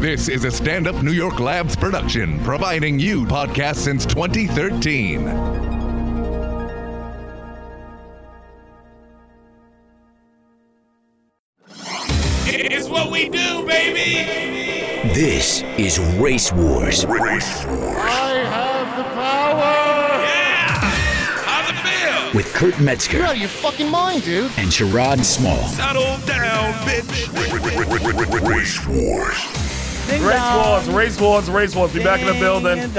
This is a stand up New York Labs production, providing you podcasts since 2013. It's what we do, baby. This is Race Wars Yeah. How's it feel? with Kurt Metzger out of your fucking mind, dude. and Sherrod Small. Settle down, bitch. Race Wars. Race wars, race wars, race wars. Be back in the building.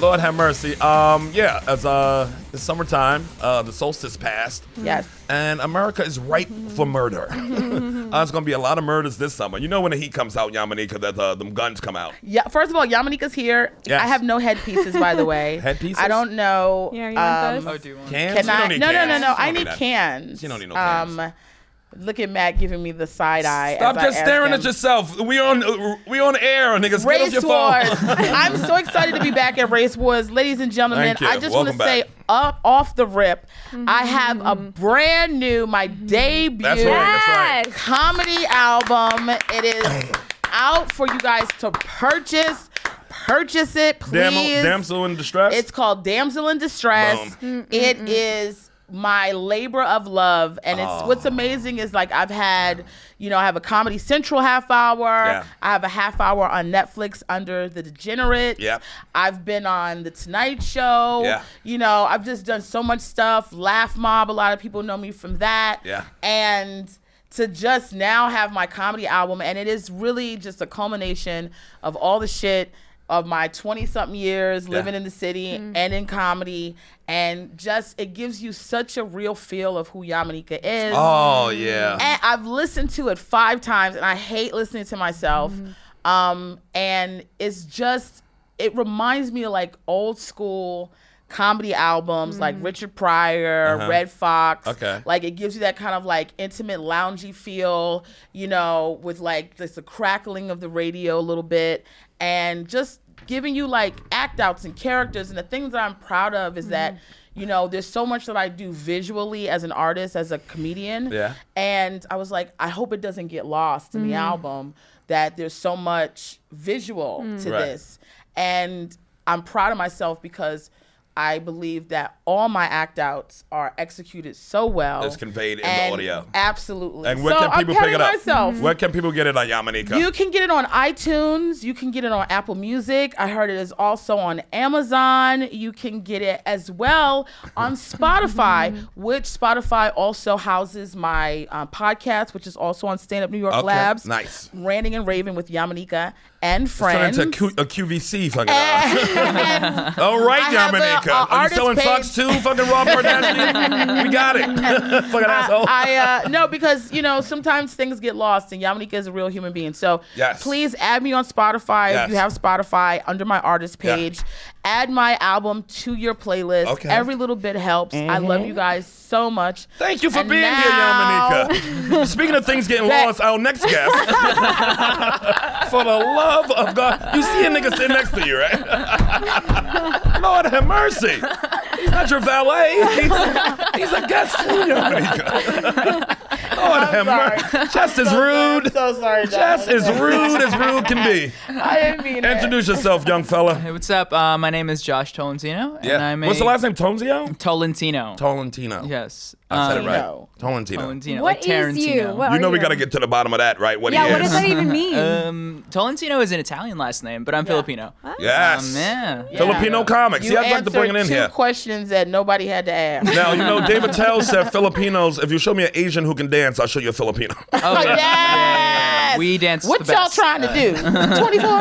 Lord have mercy. Um, yeah, as uh, it's summertime. Uh, the solstice passed, Yes. and America is ripe for murder. uh, it's gonna be a lot of murders this summer. You know when the heat comes out, Yamanika, that uh, them guns come out. Yeah. First of all, Yamanika's here. Yes. I have no headpieces, by the way. Headpieces? I don't know. Yeah, you want um, oh, those? Cans? Can You don't I? need No, no, cans. no, You no. don't I do need that. cans. Um, You don't need no cans. look at Matt giving me the side eye. Stop as I just ask staring him. at yourself. We on uh, we on air, niggas. Get off Race your Wars. phone. I'm so excited to be back at Race Wars. Ladies and gentlemen, Thank you. I just want to Welcome say back. up off the rip, I have a Mm-hmm. brand new, my debut That's right. That's right. comedy album. It is out for you guys to purchase. Purchase it, please. Damsel, damsel in distress. It's called Damsel in Distress. It is my labor of love and it's what's amazing is like I've had you know I have a comedy central half hour Yeah. I have a half hour on Netflix under The Degenerate Yep. I've been on The Tonight Show Yeah. you know I've just done so much stuff Laugh Mob a lot of people know me from that Yeah. and to just now have my comedy album and it is really just a culmination of all the shit of my 20 something years living in the city and in comedy and just it gives you such a real feel of who Yamanika is oh yeah. and I've listened to it five times, and I hate listening to myself. Um, and it's just, it reminds me of like old school comedy albums like Richard Pryor, Red Fox. Uh-huh. Okay. Like it gives you that kind of like intimate, loungy feel, you know, with like just the crackling of the radio a little bit, and just giving you like act outs and characters. And the things that I'm proud of is that. You know, there's so much that I do visually as an artist, as a comedian, Yeah. and I was like, I hope it doesn't get lost in the album that there's so much visual to Right. this. And I'm proud of myself because I believe that all my act outs are executed so well. It's conveyed in the and- audio. Absolutely. And where so can people I'm pick it up? Myself. Where can people get it uh, on Yamanika? You can get it on iTunes. You can get it on Apple Music. I heard it is also on Amazon. You can get it as well on Spotify, which Spotify also houses my um, podcast, which is also on Stand Up New York Okay, Labs. nice. Ranting and Raving with Yamanika and Turn friends. into a, Q- a QVC fucking. And- All right, I have a- Yamanika. a Are you artist selling page. Fox too? Fucking Rob Kardashian. we got it. fucking asshole. I uh, no, because you know sometimes things get lost, and Yamanika is a real human being. So Yes. please add me on Spotify Yes. if you have Spotify under my artist Yeah. page. Add my album to your playlist. Okay. Every little bit helps. I love Mm-hmm. you guys so much. Thank you for And being now- here, Yamanika. Speaking of things getting That- lost, our next guest. for the love of God, you see a nigga sitting next to you, right? Lord have mercy. He's not your valet. He's, he's a guest, Yamanika. Lord have mercy. Just as rude. So sorry, Just as rude as rude can be. I didn't mean it. Introduce yourself, young fella. Hey, what's up? Uh, my name is Josh Tolentino, and I'm a What's the last name? Tonzio? Tolentino. Tolentino. yes, I said Um, it right. Tolentino. Tolentino. Tolentino. What like is you? Tarantino. What You are know we got to get to the bottom of that, right? What Yeah, he what is. does that even mean? Uh, Um, Tolentino is an Italian last name, but I'm Filipino. yes. Um, yeah. Filipino comics. You See, I'd like to answered bring it in two here. questions that nobody had to ask. Now, you know, David Tell said Filipinos, if you show me an Asian who can dance, I'll show you a Filipino. Oh, Oh, yeah. yes. We dance What the y'all best. trying to do? 24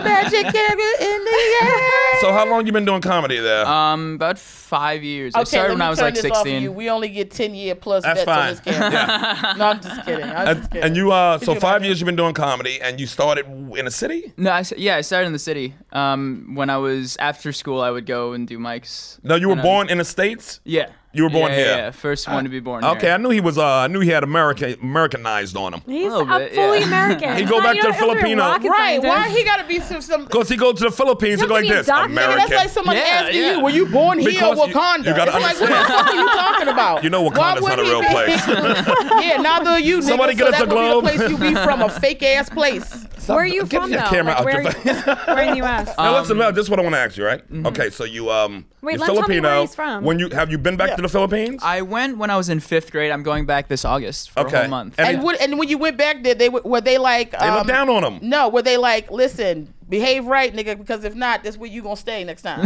magic carrot in the air. so how long you been doing comedy there? Um, about five years. I Okay, started let when me I was turn like this off of 16. you. We only get 10 year plus That's vets on this fine. camera. Yeah. No, I'm just kidding. I'm And, just kidding. and you, uh, so do five that. years you've been doing comedy, and you started in a city? no, I s yeah, I started in the city. Um, when I was after school, I would go and do mics. No, you were And, um, born in the States? Yeah. You were born Yeah, yeah, here. Yeah, first one to be born. Okay, I Here. knew he was. Uh, I knew he had American Americanized on him. He's little a bit, fully yeah. American. He It's go not- back you to don't have be a Filipino. rocket right. Why scientist. he got to be some. some Cause he go to the Philippines and You go have to like be a this. doctor. Nigga, that's like American. someone Yeah, asking yeah. you, were you born here Because or you- Wakanda? you gotta it's like, what the understand. fuck are you talking about? You know Why Wakanda's wouldn't not a he real be- place. yeah, neither of you. Somebody nigga, get so us that a would be globe. the place you be from, a fake ass place. Stop- Where are you get from your though? Like, camera out where, your are you, Uh, where in the U.S.? Now listen, Mel. This is what I want to ask you, right? Okay, so you um, Wait, you're let- tell me where Filipino. he's from. When you have you been back to the Philippines? I went when I was in fifth grade. I'm going back this August for a Okay. whole month. And- And, would, and when you went back there, they were, were they like they um, look down on him. No, were they like, listen, behave right, nigga, because if not, that's where you gonna stay next time.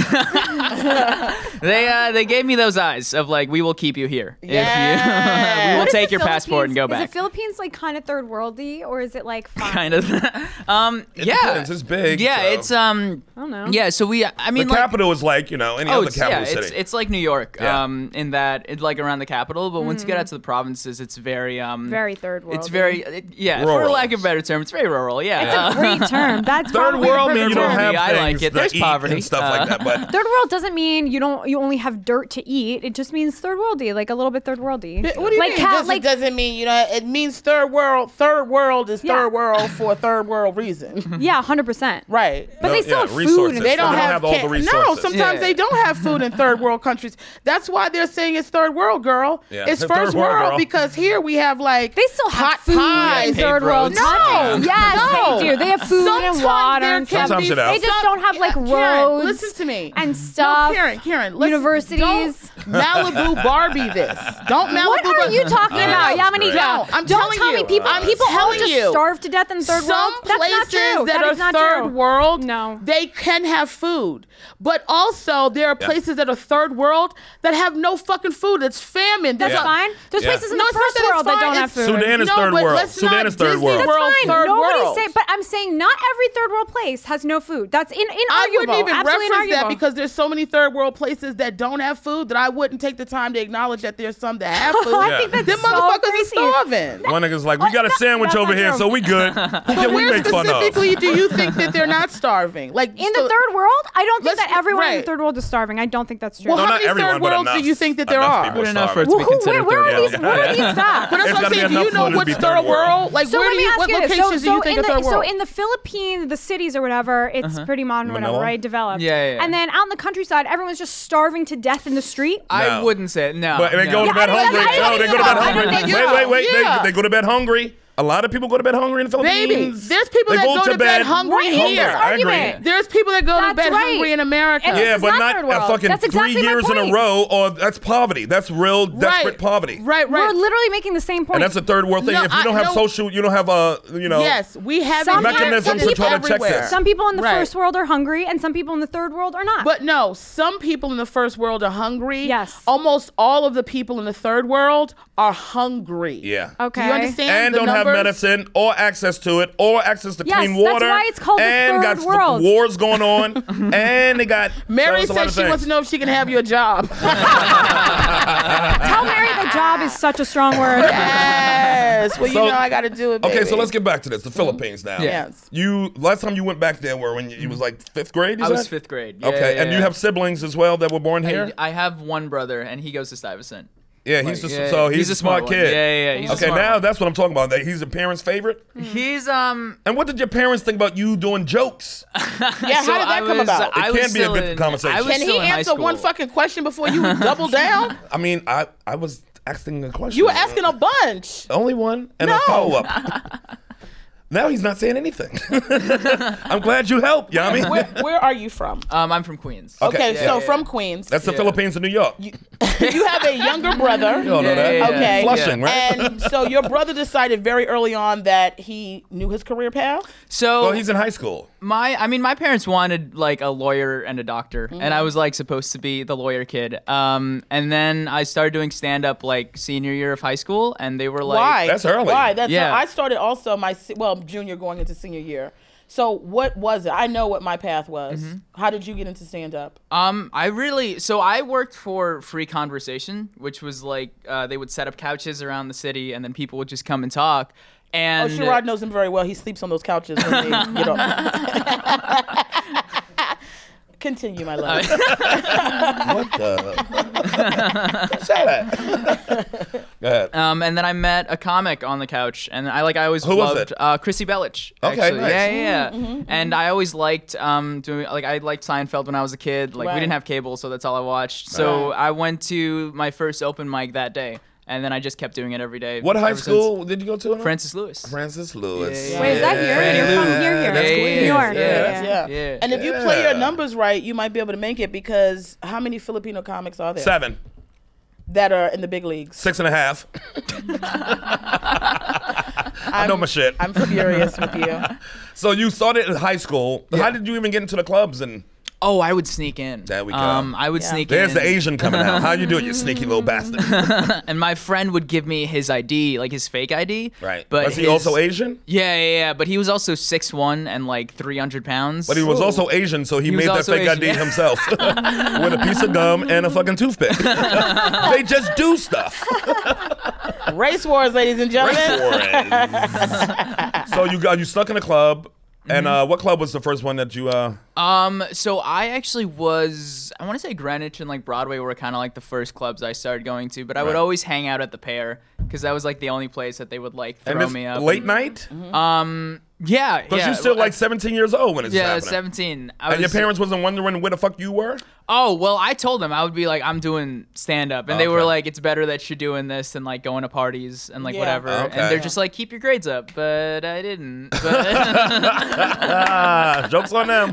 they uh, they gave me those eyes of like, we will keep you here. If you, Yeah. we will What Is the take your passport and go Philippines- back. Is the Philippines like kind of third worldy, or is it like fine? kind of. um, yeah, depends. It's big, Yeah, so- it's um. I don't know. Yeah, so we. I mean, The like, capital is like you know any Oh, other it's, capital yeah, city. it's it's like New York. Yeah. Um, in that it's like around the capital, but once you get out to the provinces, it's very um. Mm-hmm. Very third world. It's very it, yeah. For Rural. lack of a better term, it's very rural. Yeah. Um, It's a great term. That's Third probably world the mean you don't term. have Poverty, I things like it. that There's eat poverty. and stuff like that, but Third world doesn't mean you don't you only have dirt to eat. It just means third worldy, like a little bit third worldy. But what do you like mean? Cat, doesn't, like doesn't mean you know. It means third world. Third world is Yeah. third world for a third world reason, yeah, hundred percent. right? But No, they still yeah, have food. resources. and They They don't, don't have, have all can't- the no. resources. Sometimes Yeah. they don't have food in third world countries. That's why they're saying it's third world, girl. Yeah. It's Third first world, world, girl. because here we have like They still have hot food in pies. Yeah, third paved world roads. countries. No. Yes, No. they do. They have food Sometimes and water there and stuff. can Sometimes be it helps. They just don't have like Karen, roads. listen to me. and stuff. No, Karen, Karen, listen, universities. Don't Malibu Barbie this. Don't Malibu What are Barbie- you talking No, Ah, about, no, Yamanika? No, I'm don't telling tell me you. people I'm people all telling just you. starve to death in third Some world. That's not places true. that that are is not third true. world, No. they can have food. But also, there are places that are third world that have no fucking food. It's famine. That's Yeah. fine. There's Yeah. places in No, the it's not first that it's world that fine. don't have It's- food. Sudan is No, third but world. let's Sudan not is third Disney world. the That's world fine. third Nobody's world. saying, but I'm saying not every third world place has no food. That's in, inarguable. I wouldn't even Absolutely reference that inarguable. because there's so many third world places that don't have food that I wouldn't take the time to acknowledge that there's some that have food. Oh, I Yeah. think that's Them so motherfuckers crazy. are starving. One nigga's like, we got a That's sandwich not over here, true. so we good. Who can we Where make fun of? specifically do you think that they're not starving? Like in so- the third world, I don't think Let's- that everyone in the right. third world is starving. I don't think that's true. Well, No, how not many everyone, third but worlds enough- do you think that there enough are? people good are enough for starving. it to Well, be who- considered where, where third are world. these? What are these facts? Ah, But that's There's what I'm gotta be saying. Do enough you know food to be what's third third world. world? Like, So where let do me you, ask what you this. locations So, do you so think in are the, third so world? Uh-huh. in the Philippines, the cities or whatever, it's pretty modern, or whatever, Manila? right? Developed. Yeah, yeah, yeah. And then out in the countryside, everyone's just starving to death in the street. Uh, I No. wouldn't say it. No. But they no. go to bed I didn't- hungry. I No, didn't they go to know. bed I hungry. didn't Wait, know. wait, wait. Yeah. They, they go to bed hungry. A lot of people go to bed hungry in the Philippines. Baby, there's people They that go to bed hungry What is this here. I agree. argument? There's people that go to That's bed right. hungry in America. And Yeah, This is but not not third a world. fucking That's exactly three my years in a point. row, or that's poverty. That's real desperate right. poverty. Right, right. We're literally making the same point. And that's a third world thing. No, if you I- don't have no. social, you don't have a, you know. yes, we have Some it here, mechanism and to it's try to check everywhere. this. Some people in the Right. first world are hungry, and some people in the third world are not. But no, some people in the first world are hungry. Yes. Almost all of the people in the third world are hungry. Yeah. okay, Do you understand? And the don't have numbers? medicine or access to it or access to Yes, clean that's water. why it's called the and third got world. wars going on. and they got. Mary so it's a lot says of she wants things. to know if she can have your job. Tell Mary the job is such a strong word. yes. Well, you So- know I got to do it. Baby. Okay, so let's get back to Mm-hmm. this. The Philippines now. Yeah. Yes. You last time you went back there were when Mm-hmm. you, you was like fifth grade. you I was said? fifth grade. Yeah, Okay, yeah, and you yeah. have siblings as well that were born here. I have one brother, and he goes to Stuyvesant. yeah, he's just yeah, so yeah. he's, a smart, one. kid. Yeah, yeah, yeah, he's a okay, smart now one. that's what I'm talking about. That he's a parent's favorite. Mm-hmm. He's um. And what did your parents think about you doing jokes? Yeah. so how did I that come was, about? I It was can be a still good in- conversation. I was Can still he in high answer one school. fucking question before you double down? I mean, I I was asking a question. You were asking a bunch. only one and a No. follow up. now he's not saying anything. I'm glad you helped, Yami. Where, where are you from? Um, I'm from Queens. Okay, Okay, yeah, so yeah. from Queens. that's the Philippines and New York. You, you have a younger brother. don't know Yeah, that. yeah, yeah. Okay. Flushing, right? And so your brother decided very early on that he knew his career path. So well, he's in high school. my i mean my parents wanted like a lawyer and a doctor Mm-hmm. and i was like supposed to be the lawyer kid um, and then i started doing stand up like senior year of high school and they were like Why? That's early. Why? That's Yeah. I started also my se- well junior going into senior year. So what was it? I know what my path was. Mm-hmm. How did you get into stand up? Um, I really so I worked for Free Conversation, which was like uh, they would set up couches around the city, and then people would just come and talk. Oh, And Sherrod knows him very well. He sleeps on those couches when they get off. Continue, my love. What the? Shut up. Go ahead. um, and then I met a comic on the couch, and I like I always Who was loved it? Uh, Chrissy Belich. Okay, actually. nice. yeah, yeah. yeah. And I always liked um doing like I liked Seinfeld when I was a kid. Like Right. we didn't have cable, so that's all I watched. So I went to my first open mic that day, and then I just kept doing it every day. What high ever since. school did you go to? Francis Lewis. Francis Lewis. Yeah, yeah, Wait, is that here? Freddie You're from Lou. here, Yeah, yeah, Queens. You are. Yeah, Yeah, that's- Yeah. Yeah. And if you play your Yeah. numbers right, you might be able to make it because how many Filipino comics are there Seven, that are in the big leagues? six and a half. I know Oh, my shit. I'm furious with you. so you started in high school. How did you even get into the clubs? And Oh, I would sneak in. There we go. Um, I would sneak there's in. the Asian coming out. How you doing, you sneaky little bastard? and my friend would give me his ID, like his fake ID. Right. But was he his- also Asian? Yeah, yeah, yeah. But he was also six one and like three hundred pounds. But he was also Asian, so he, was made that also fake Asian, ID yeah. himself with a piece of gum and a fucking toothpick. they just do stuff. Race wars, ladies and gentlemen. so you got you stuck in a club, Mm-hmm. and uh, what club was the first one that you? Uh, Um, so I actually was I want to say Greenwich and like Broadway were kind of like the first clubs I started going to, but I would Right. always hang out at the Pair because that was like the only place that they would like throw and it's me up. late night, Yeah, but yeah. you're still well, like 17 years old when it's yeah, happening. seventeen. I And your was- parents wasn't wondering where the fuck you were. Oh well, I told them I would be like, I'm doing stand up, and they were Okay. like, it's better that you're doing this than like going to parties and like Yeah. whatever. Okay. And they're just like, keep your grades up, but I didn't. But Ah, jokes on them.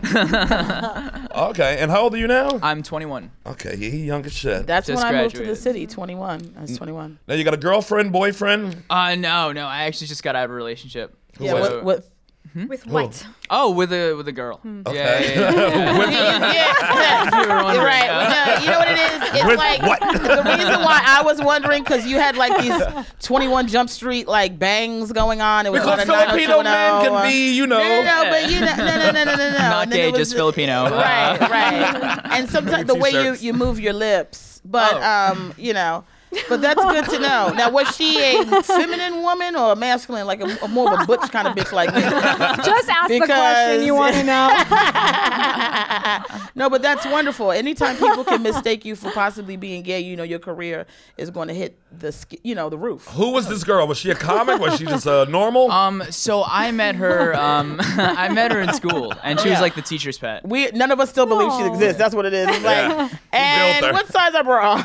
okay, and how old are you now? I'm 21. Okay, he he young as shit. That's Just when I moved to the graduated. city, 21. I was Mm. 21. now you got a girlfriend, boyfriend. Uh no, no, I actually just got out of a relationship. Yeah, So- what, what, With what? Oh, with a with a girl. Hmm. Yeah, yeah, yeah. yeah, You were wondering, right. uh, No, you know what it is? It's With like what? the reason why I was wondering because you had like these 21 Jump Street like bangs going on. It was Because a oh lot of Filipino men 90210. can be, you know. No, no, no, but you know, no, no, no, no, no, no. Not Oh, And then gay, it was just the- Filipino. Uh, Right, right. And sometimes the way you, T-shirts. you move your lips, but Oh. um, you know, but that's good to know. Now, was she a feminine woman or a masculine, like a, a more of a butch kind of bitch like me? Just ask the Because- question you want to know. No, but that's wonderful. Anytime people can mistake you for possibly being gay, you know your career is going to hit the sk- you know the roof. Who was this girl? Was she a comic? Was she just uh, normal? Oh, Um, so I met her. Um, I met her in school, and she was like the teacher's pet. We none of us still believe she No. exists. That's what it is. It's like, Yeah. and Oh. her. what size are bra?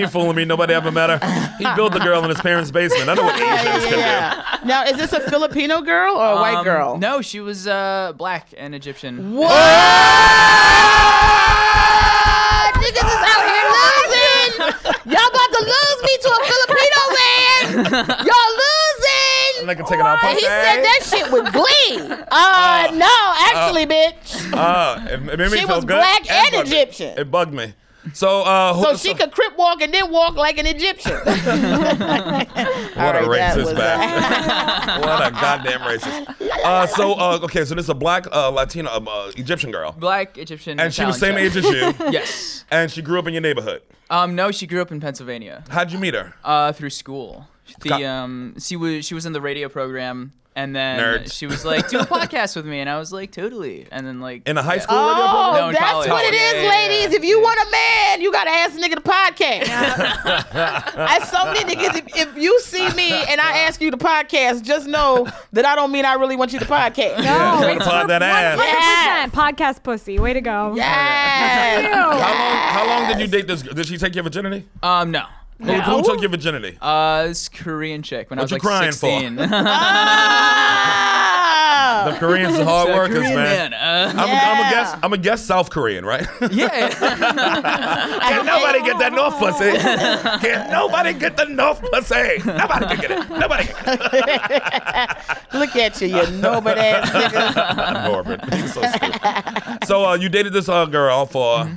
he ain't fooling me. Nobody ever met her. He built the girl in his parents' basement. I know what Asians can do. yeah. Now, is this a Filipino girl or a white Um, girl? No, she was uh black and Egyptian. What? Niggas is out here losing. Y'all about to lose me to a Filipino man. Y'all losing. I'm like, I'm taking out And pussy. he said that shit with glee. Uh, no, actually, bitch. Uh, it, it made me She feel was good. black It and bugged me. Egyptian. It bugged me. So, uh, who, So she could crip walk and then walk like an Egyptian. what What a racist bastard. what a goddamn racist. Uh, so, uh, okay, so this is a black uh, Latina, um, uh, Egyptian girl. Black Egyptian. And she was same Italian age child. as you, Yes. and she grew up in your neighborhood. Um, no, she grew up in Pennsylvania. How'd you meet her? Uh, through school. Got- The um, she was she was in the radio program, and then Nerd. she was like, "Do a podcast with me,me," and I was like, "Totally." And then like, In a high Uh, school radio Oh, program? No, in that's college. what it Yeah, is, yeah, yeah, ladies. yeah. If you want a man, you gotta ask a nigga to podcast. As so many niggas, if, if you see me and I ask you to podcast, just know that I don't mean I really want you to podcast. No, wanna it's plug for that 100% ass. podcast pussy. Way to go. Yes. How long, how long did you date this? Did she take your virginity? um, no. Who, who took your virginity? Uh, this Korean chick when What you I was crying like for? 16. I'm Ah. The Koreans are hard a workers, Korean man. man. Uh, I'm, I'm a Yeah. guess. I'm a guess South Korean, right? yeah. Can nobody get that North pussy? Can nobody get the North pussy? Nobody can get it. Nobody. Can get Look at you, you norbert ass nigga. it. Norbert, he's so stupid. So uh, you dated this uh, girl for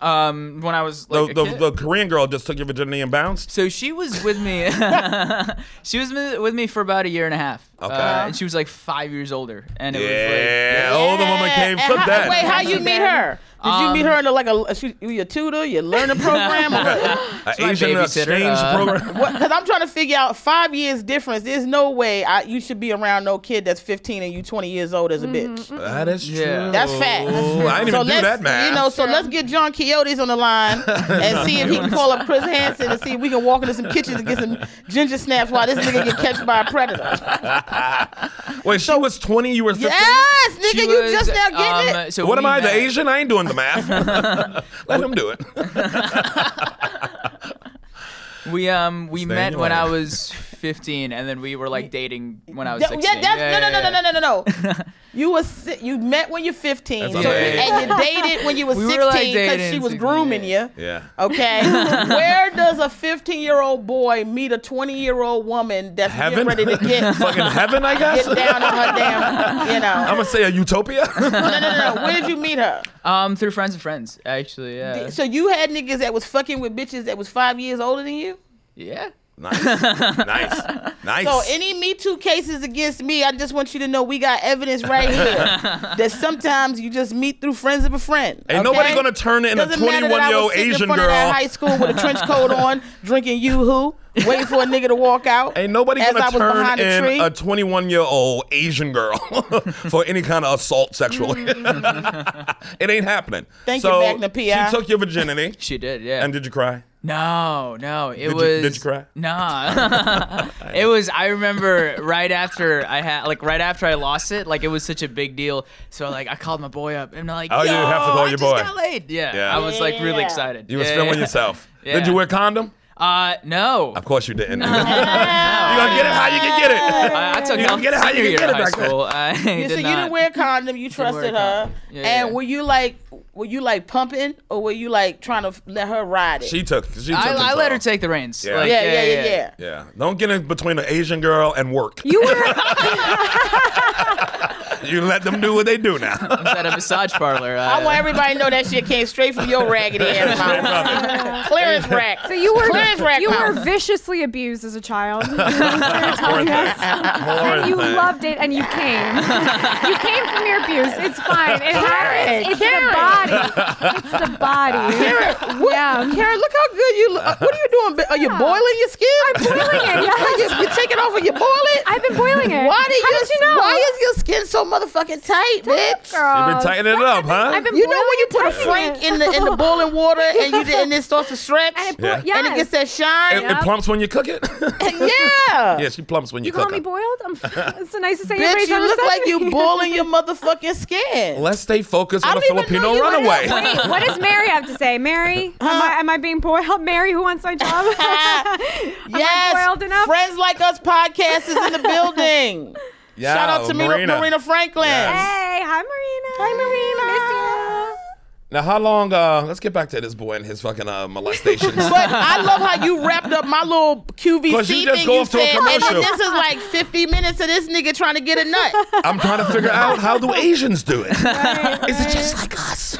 um, when I was the, Mm-hmm. like a the, kid. the Korean girl just took your virginity and bounced. So she was with me. she was mi- with me for about a year and a half. Okay. and she was like five years older, and it Yeah, was like. older Oh, woman came And took how- that. Um, Wait, how you meet her? Did you meet her in a, like a, she, you your tutor, your learning program, or what? An my Asian babysitter, exchange uh, program. Because I'm trying to figure out five years difference. There's no way I, you should be around no kid that's 15 and you 20 years old as a bitch. That is true. Yeah. That's fact. Oh, so I didn't even do let's, that math. You know, so let's get John Quixote's on the line and see if he can call up Chris Hansen and see if we can walk into some kitchens and get some ginger snaps while this nigga get catched by a predator. Wait, she was 20. You were 15. Yes, nigga, She you was, just now getting um, it. So What am we I, the met- Asian? I ain't doing the math. Let him do it. We um we Stay in met your um, when I lane. was 15, and then we were like dating when I was Yeah, 16. yeah, that's, no, no, no, yeah, no, no, no, no, no. you was si- you met when you're 15, so, Yeah, yeah, yeah. and you dated when you was We were, 16 like, because dating she was 16, grooming yeah. you. Yeah. Okay, where does a 15 year old boy meet a 20 year old woman that's Heaven? getting ready to get, Fucking heaven, I get guess. down on her damn, you know? I'm gonna say a utopia. no, no, no, no. Where did you meet her? no. Um, through friends of friends, actually. Uh, Yeah. So you had niggas that was fucking with bitches that was five years older than you. yeah. nice, nice, nice. So any Me Too cases against me, I just want you to know we got evidence right here that sometimes you just meet through friends of a friend. Ain't nobody gonna turn in a Doesn't matter that I 21-year-old was sitting Asian in front Of girl. that high school with a trench coat on, drinking yoo-hoo, waiting for a nigga to walk out. Ain't nobody as I gonna was turn behind a tree. in a 21 year old Asian girl for any kind of assault sexually. it ain't happening. Mm. Thank you, so Magna P.I. She took your virginity. She did. Yeah. and did you cry? No, no, it you- was. did you cry? Nah, it was. I remember right after I had, like, right after I lost it, like it was such a big deal. So like, I called my boy up and I'm like, Oh, you Yo, have to call I your just boy." Got laid. Yeah, Yeah. I was like really excited. You was yeah, filming yeah. yourself. Yeah. Did you wear condom? Uh, no. Of course you didn't. you gonna get it how you can get it. I, I took You it don't off get it how you senior can get year it of high back then. school. I You did said you not. didn't wear a condom. You wear a trusted her. condom. Yeah, and yeah. were you like, were you like pumping, or were you like trying to let her ride it? She took. She took I, I control. let her take the reins. Yeah. Like, yeah, yeah, yeah, yeah. Yeah. Don't get in between an Asian girl and work. You were You let them do what they do now. I was at a massage parlor. I want Uh, everybody to know that shit came straight from your raggedy ass mouth. Clearance rack. so you Clearance were rack you were mouth. viciously abused as a child. Is what you're telling us? Poor And you thing. loved it and you came. you came from your abuse. It's fine. It happens. It's Karen. the body. It's the body. yeah. Karen, look how good you look. Uh, What are you doing? Are you Yeah. boiling your skin? I'm boiling it, yes. you, you take it off and you boil it? I've been boiling it. why did How your, did you know? Why is your skin so motherfucking tight, bitch? Girl, You've been tightening it up, huh? I've been You know boiling when you and put a tightening frank it. in the in the boiling water and you and it starts to stretch And it, and bo- Yeah. yes. it gets that shine. It, it plumps when you cook it. yeah. yeah, she plumps when you, You cook call me her. boiled? I'm, it's the nicest thing Bitch, anybody's you ever look said like to you me. boiling your motherfucking skin. Let's stay focused on a don't even know Filipino you were runaway. Wait, what does Mary have to say? Mary, am, I, am I being boiled? Mary, who wants my job? am I boiled enough? Friends Like Us podcast is in the building. Yeah, Shout out to Marina, Marina Franklin. Yes. hey, hi, Marina. Hi, Marina. Now, how long? Uh, let's get back to this boy and his fucking uh, molestations. But I love how you wrapped up my little QVC 'Cause you just thing go you off to a said, and then commercial. this is like 50 minutes of this nigga trying to get a nut. I'm trying to figure out how do Asians do it? Miss you. Is it just like us?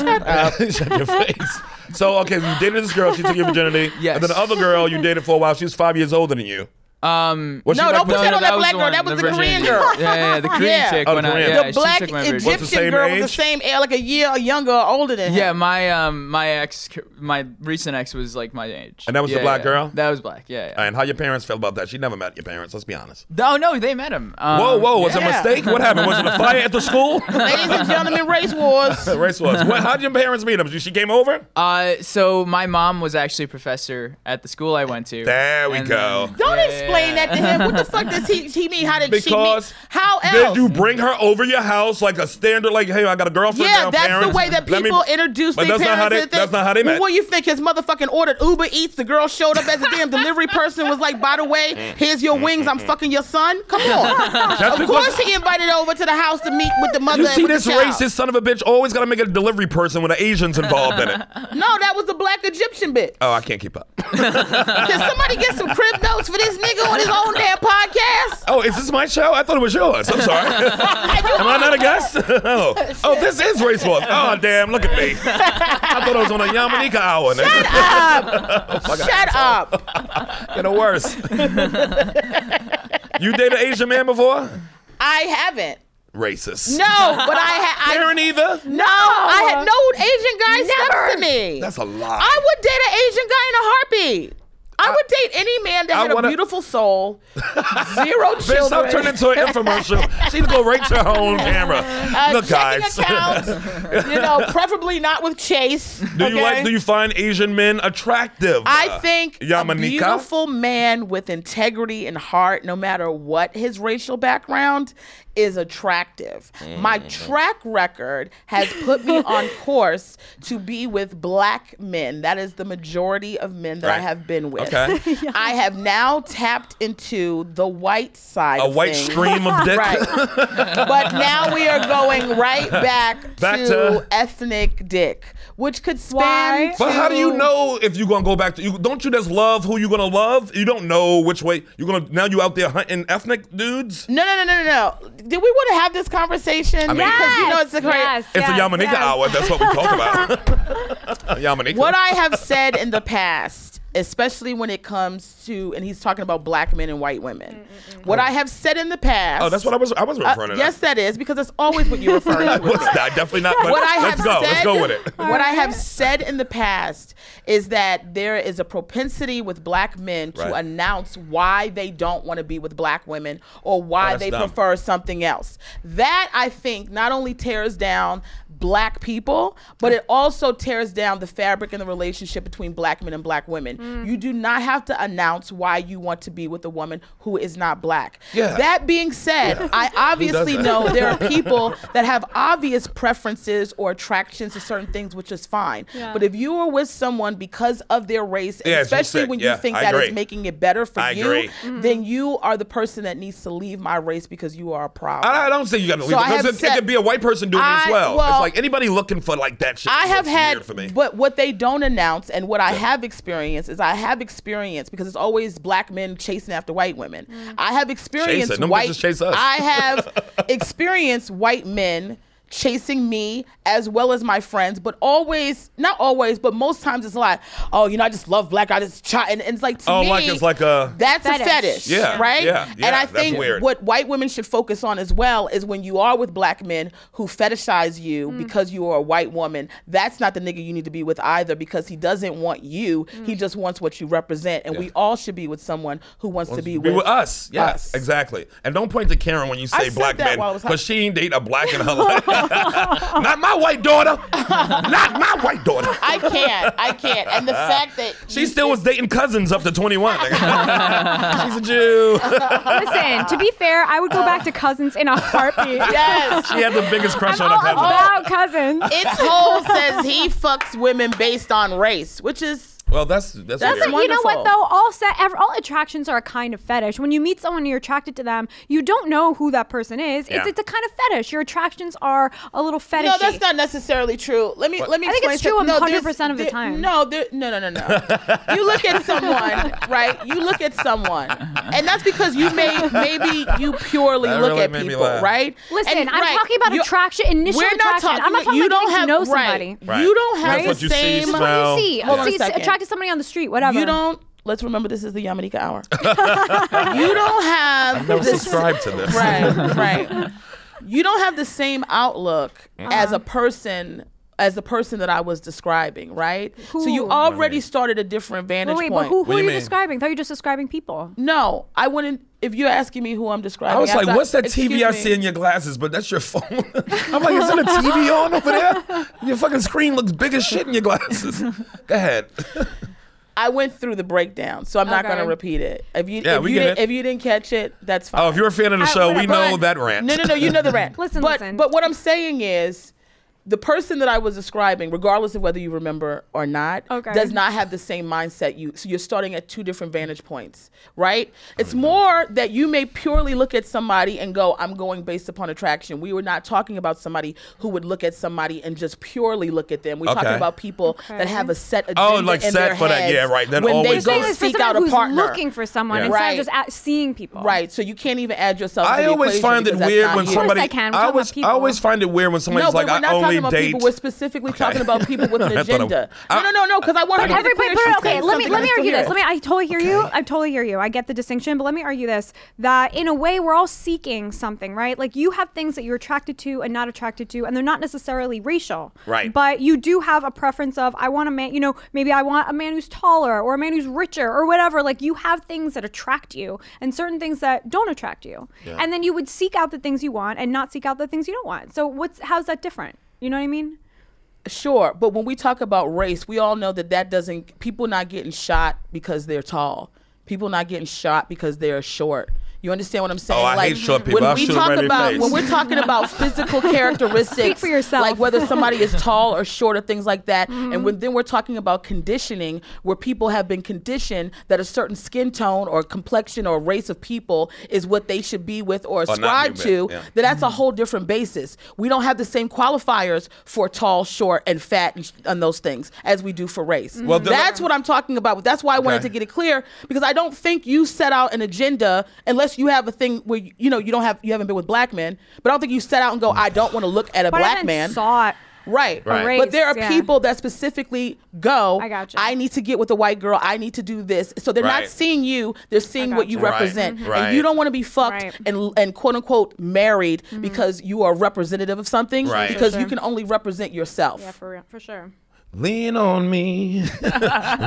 Shut up. Shut your face. So, okay, you dated this girl. She took your virginity. Yes. And then the other girl you dated for a while. She was five years older than you. um, Was she No, like don't put the- that on that was black the girl. one, That was the Korean virginity. girl. Yeah, yeah, the Korean Yeah. chick. Oh, when I, Korean. yeah, The she Black took my virginity. Was the same Egyptian girl was the age? same age, like a year or younger or older than him. Yeah, my um my ex, my recent ex was like my age. And that was the Yeah, black yeah. girl? That was black. Yeah. yeah. And how your parents felt about that? She never met your parents. Let's be honest. Oh no, they met him. Um, Whoa, whoa! Was it a yeah. mistake? What happened? Was it a fire at the school? Ladies and gentlemen, race wars. Race was. What, how did your parents meet him? She came over. Uh, so my mom was actually a professor at the school I went to. There we And go. then- Don't Yeah, explain yeah. that to him. What the fuck does he, he mean? How did Because she meet? How Did else? you bring her over your house like a standard? Like, hey, I got a girlfriend. Yeah, now, that's parents. the way that Let me- people introduce But their that's parents. not how they- and things. that's not how they met. What do you think? His motherfucking ordered Uber Eats. The girl showed up as a damn delivery person. Was like, by the way, here's your wings. I'm fucking your son. Come on. That's of because- course, he invited over to the house to meet with the mother. You and see with this the child. racist son of a bitch always gotta make a delivery person when the Asians involved in it. No, that was the black Egyptian bitch. Oh, I can't keep up. Can somebody get some crib notes for this nigga on his own damn podcast? Oh, is this my show? I thought it was yours. I'm sorry. Oh Am I not a guest? oh. oh, this is race wars. Oh, damn! Look at me. I thought I was on a Yamanika hour. Shut Shut up. Getting worse. you dated an Asian man before? I haven't. Racist. No, but I had. Karen either. No, I had no Asian guy steps to me. That's a lie. I would date an Asian guy in a heartbeat. I, would date any man that I had wanna- a beautiful soul, zero Bitch, children, stop turning into an infomercial. She'd go right to her own camera. a Look, Uh, checking guys. account, you know, preferably not with Chase. Do you like? Do you find Asian men attractive? I think a Yamanika? beautiful man with integrity and heart, no matter what his racial background, is attractive. My Mm. track record has put me on course to be with black men. That is the majority of men that I Right. have been with. Okay. I have now tapped into the white side. A of white things. stream of dick. Right. but now we are going right back, Back to, to- ethnic dick, which could span. Why? But how do you to- know if you're gonna go back to you? Don't you just love who you're gonna love? You don't know which way you're gonna. Now you out there hunting ethnic dudes. No, no, no, no, no, no. Did we want to have this conversation? I mean- because you know it's a great. Yes, It's yes, a Yamanika yes. hour. That's what we talk about. Yamanika. What I have said in the past, especially when it comes to, and he's talking about black men and white Mm, women. What I have said in the past. oh, that's what I was. I was Uh, referring to. yes, that is because that's always what you refer to. That was not, definitely not. But what I have let's go. said, let's go with it. What I have said in the past is that there is a propensity with black men to Right. announce why they don't want to be with black women or why that's they dumb. prefer something else. That I think not only tears down black people, but it also tears down the fabric and the relationship between black men and black women. You do not have to announce why you want to be with a woman who is not black. Yeah. That being said, I obviously that? know there are people that have obvious preferences or attractions to certain things, which is fine. But if you are with someone because of their race, and Yeah, it's especially sick. when Yeah, you think I that is agree. making it better for I you, agree. then you are the person that needs to leave my race because you are a problem. I, I don't say you got to leave I because have it, said- it could be a white person doing it I- as well. well- It's like anybody looking for like that shit. I is have what's had, weird for me. but what they don't announce and what I have experienced is I have experienced because it's always black men chasing after white women. I have experienced Them white. bitches chase us. I have experienced white men chasing me as well as my friends, but always, not always, but most times it's like, oh, you know, I just love black. I just try, and, and it's like to Oh, me, like it's like a- that's a Fetish. fetish, Yeah, right? yeah, yeah, and I that's think weird. what white women should focus on as well is when you are with black men who fetishize you because you are a white woman, that's not the nigga you need to be with either because he doesn't want you. He just wants what you represent. And we all should be with someone who wants, to be, be with us. Yes, us. exactly. And don't point to Karen when you I say said black that men, while I was because she ain't date a black in her life. Not my white daughter. Not my white daughter. I can't. I can't. And the fact that she still was dating cousins up to 21. nigga. She's a Jew. Listen, to be fair, I would go back to cousins in a heartbeat. yes. Oh. she had the biggest crush I'm on her all cousin. about cousins. It's whole says he fucks women based on race, which is Well, that's that's, That's weird. a- you know Wonderful. what though? All set, ev- all attractions are a kind of fetish. When you meet someone and you're attracted to them, you don't know who that person is. Yeah. It's it's a kind of fetish. Your attractions are a little fetishy. no, that's not necessarily true. Let me let me. I think explain it's true something. 100% No, of the there's- there- time. No, there, no, no, no, no. you look at someone, right? You look at someone, and that's because you may maybe you purely That look really at made me people, laugh. right? Listen, And, I'm right, talking about you- attraction, initial We're not attraction. talking. I'm not talking you about don't getting to have know right. somebody. Right. You don't have That's what the you see, same. smell. Well, you see, hold on a see second. attracted to somebody on the street, whatever. You don't. Let's remember this is the Yamanika hour. you don't have Never this subscribe to this. right right you don't have the same outlook as a person as the person that I was describing, right? So you Who? already started a different vantage Wait, wait, point. but who, who do are you you mean? describing? I thought you were just describing people. No, I wouldn't. If you're asking me who I'm describing, I was like, thought- what's that TV I excuse see in your glasses? But that's your phone. I'm like, is that a TV on over there? Your fucking screen looks big as shit in your glasses. Go ahead. I went through the breakdown, so I'm not Okay. going to repeat it. If you Yeah, if we you get didn't, it. if you didn't catch it, that's fine. Oh, if you're a fan of the I- show, we whatever. know that rant. No, no, no. You know the rant. Listen, but, listen. But what I'm saying is, the person that I was describing, regardless of whether you remember or not, Okay. does not have the same mindset. You so you're starting at two different vantage points, right? It's more that you may purely look at somebody and go, "I'm going based upon attraction." We were not talking about somebody who would look at somebody and just purely look at them. We're talking Okay. about people that have a set agenda Oh, like in set their for that. heads Yeah, right. Then when they always go goes- It's for seek somebody out a who's partner. looking for someone Yeah. instead Right. of just at, seeing people. Right, so you can't even add yourself. to I the always equation find it because that's weird not when you. somebody. I can. I'm I talking always, about people. I always find it weird when No, somebody's but like, we're I not talking only about date. people. We're specifically talking about people with an I thought I- agenda. I- no, no, no, no. Because I want her But to get the everybody, clear- but she's okay, saying let me something let me that's argue coherent. this. Let me. I totally hear you. I totally hear you. I get the distinction, but let me argue this: that in a way, we're all seeking something, right? Like you have things that you're attracted to and not attracted to, and they're not necessarily racial, Right. But you do have a preference of I want a man. You know, maybe I want a man who's taller or a man who's richer or whatever. Like you have things that attract you and certain things that don't attract you, and then you would seek out the things you want and not seek out the things you don't want. So what's how's that different? You know what I mean? Sure, but when we talk about race, we all know that that doesn't. People not getting shot because they're tall. People not getting shot because they're short. You understand what I'm saying? Oh, I hate like short people. when I'll we shoot 'em talk right in the about face. when we're talking about physical characteristics, Speak for yourself. like whether somebody is tall or short or things like that, and when, then we're talking about conditioning, where people have been conditioned that a certain skin tone or complexion or race of people is what they should be with or not ascribe human, to. yeah. Then that's a whole different basis. We don't have the same qualifiers for tall, short, and fat and, sh- and those things as we do for race. Mm-hmm. Well, the- that's what I'm talking about. That's why I wanted Okay. to get it clear because I don't think you set out an agenda unless you have a thing where you, you know you don't have you haven't been with black men, but I don't think you set out and go I don't want to look at a But I black haven't man. saw it. Right. Right. race, But there are yeah. people that specifically go, I gotcha. I need to get with a white girl. I need to do this. So they're Right. not seeing you, they're seeing what you gotcha. Right. represent. Mhm. And you Right. don't want to be fucked Right. Mm-hmm. and and quote unquote married because you are representative of something Right. For because sure. you can only represent yourself. Yeah, for real, for sure. Lean on me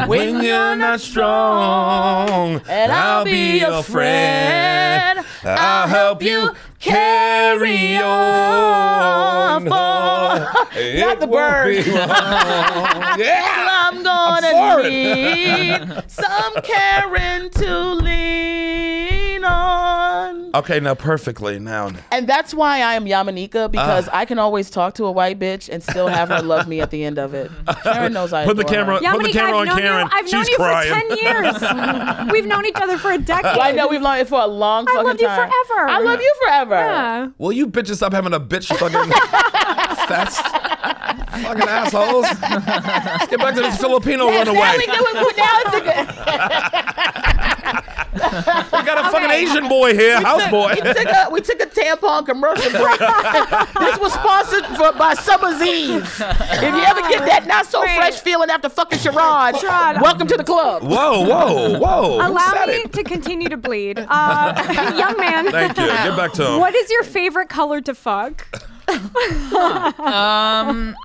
when you're not strong, And I'll, be your friend. I'll help you carry on. Not Not the bird. yeah. I'm gonna foreign. need some Karen to lean on. Okay, now perfectly now. And that's why I am Yamanika because Ah. I can always talk to a white bitch and still have her love me at the end of it. Karen knows I Put the adore her. camera. Yeah, put the camera I've on known Karen. you. I've known She's you crying. for ten years. We've known each other for a decade. Well, I know we've loved it for a long I fucking loved you time. forever. I love you forever. Yeah. Will you bitches stop having a bitch fucking fest? fucking assholes. Let's get back to this Filipino runaway. Now we do it- now it's a good- We got a fucking Asian boy here, houseboy. We took, a, we took a tampon commercial break. this was sponsored for, by Summer's Eve. If you ever get that not so Right. fresh feeling after fucking charade, Sharad. welcome to the club. Whoa, whoa, whoa. Who Allow said me it? to continue to bleed, uh, young man. Thank you. Get back to him. What is your favorite color to fuck? Um,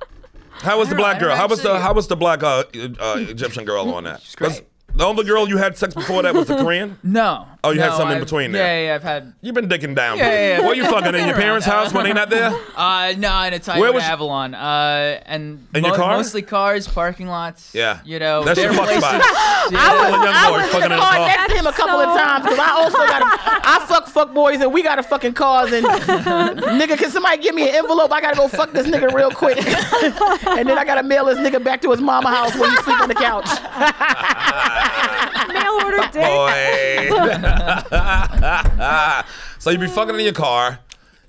How was the black don't know. girl? How was the Actually- how was the black uh, uh, Egyptian girl on that? Was- The only girl you had sex before that was the Korean. no. Oh, you had no, something in I've- between there. Yeah, yeah, I've had. You've been dicking down. Yeah, yeah, yeah. Where you fucking in your parents' house when they not there? Uh, no, in Italian Where Where was- Avalon. Uh, and In your car? mostly cars, parking lots. Yeah. you know, That's their your fuck places- spot. Yeah. Little young I boy was in the fucking in the car car. next to him a couple of So- times because I also got a, I fuck fuck boys and we got to fucking cars and nigga, can somebody give me an envelope? I gotta go fuck this nigga real quick, and then I gotta mail this nigga back to his mama house when he sleep on the couch. Mail order dick. Boy. so you be fucking in your car.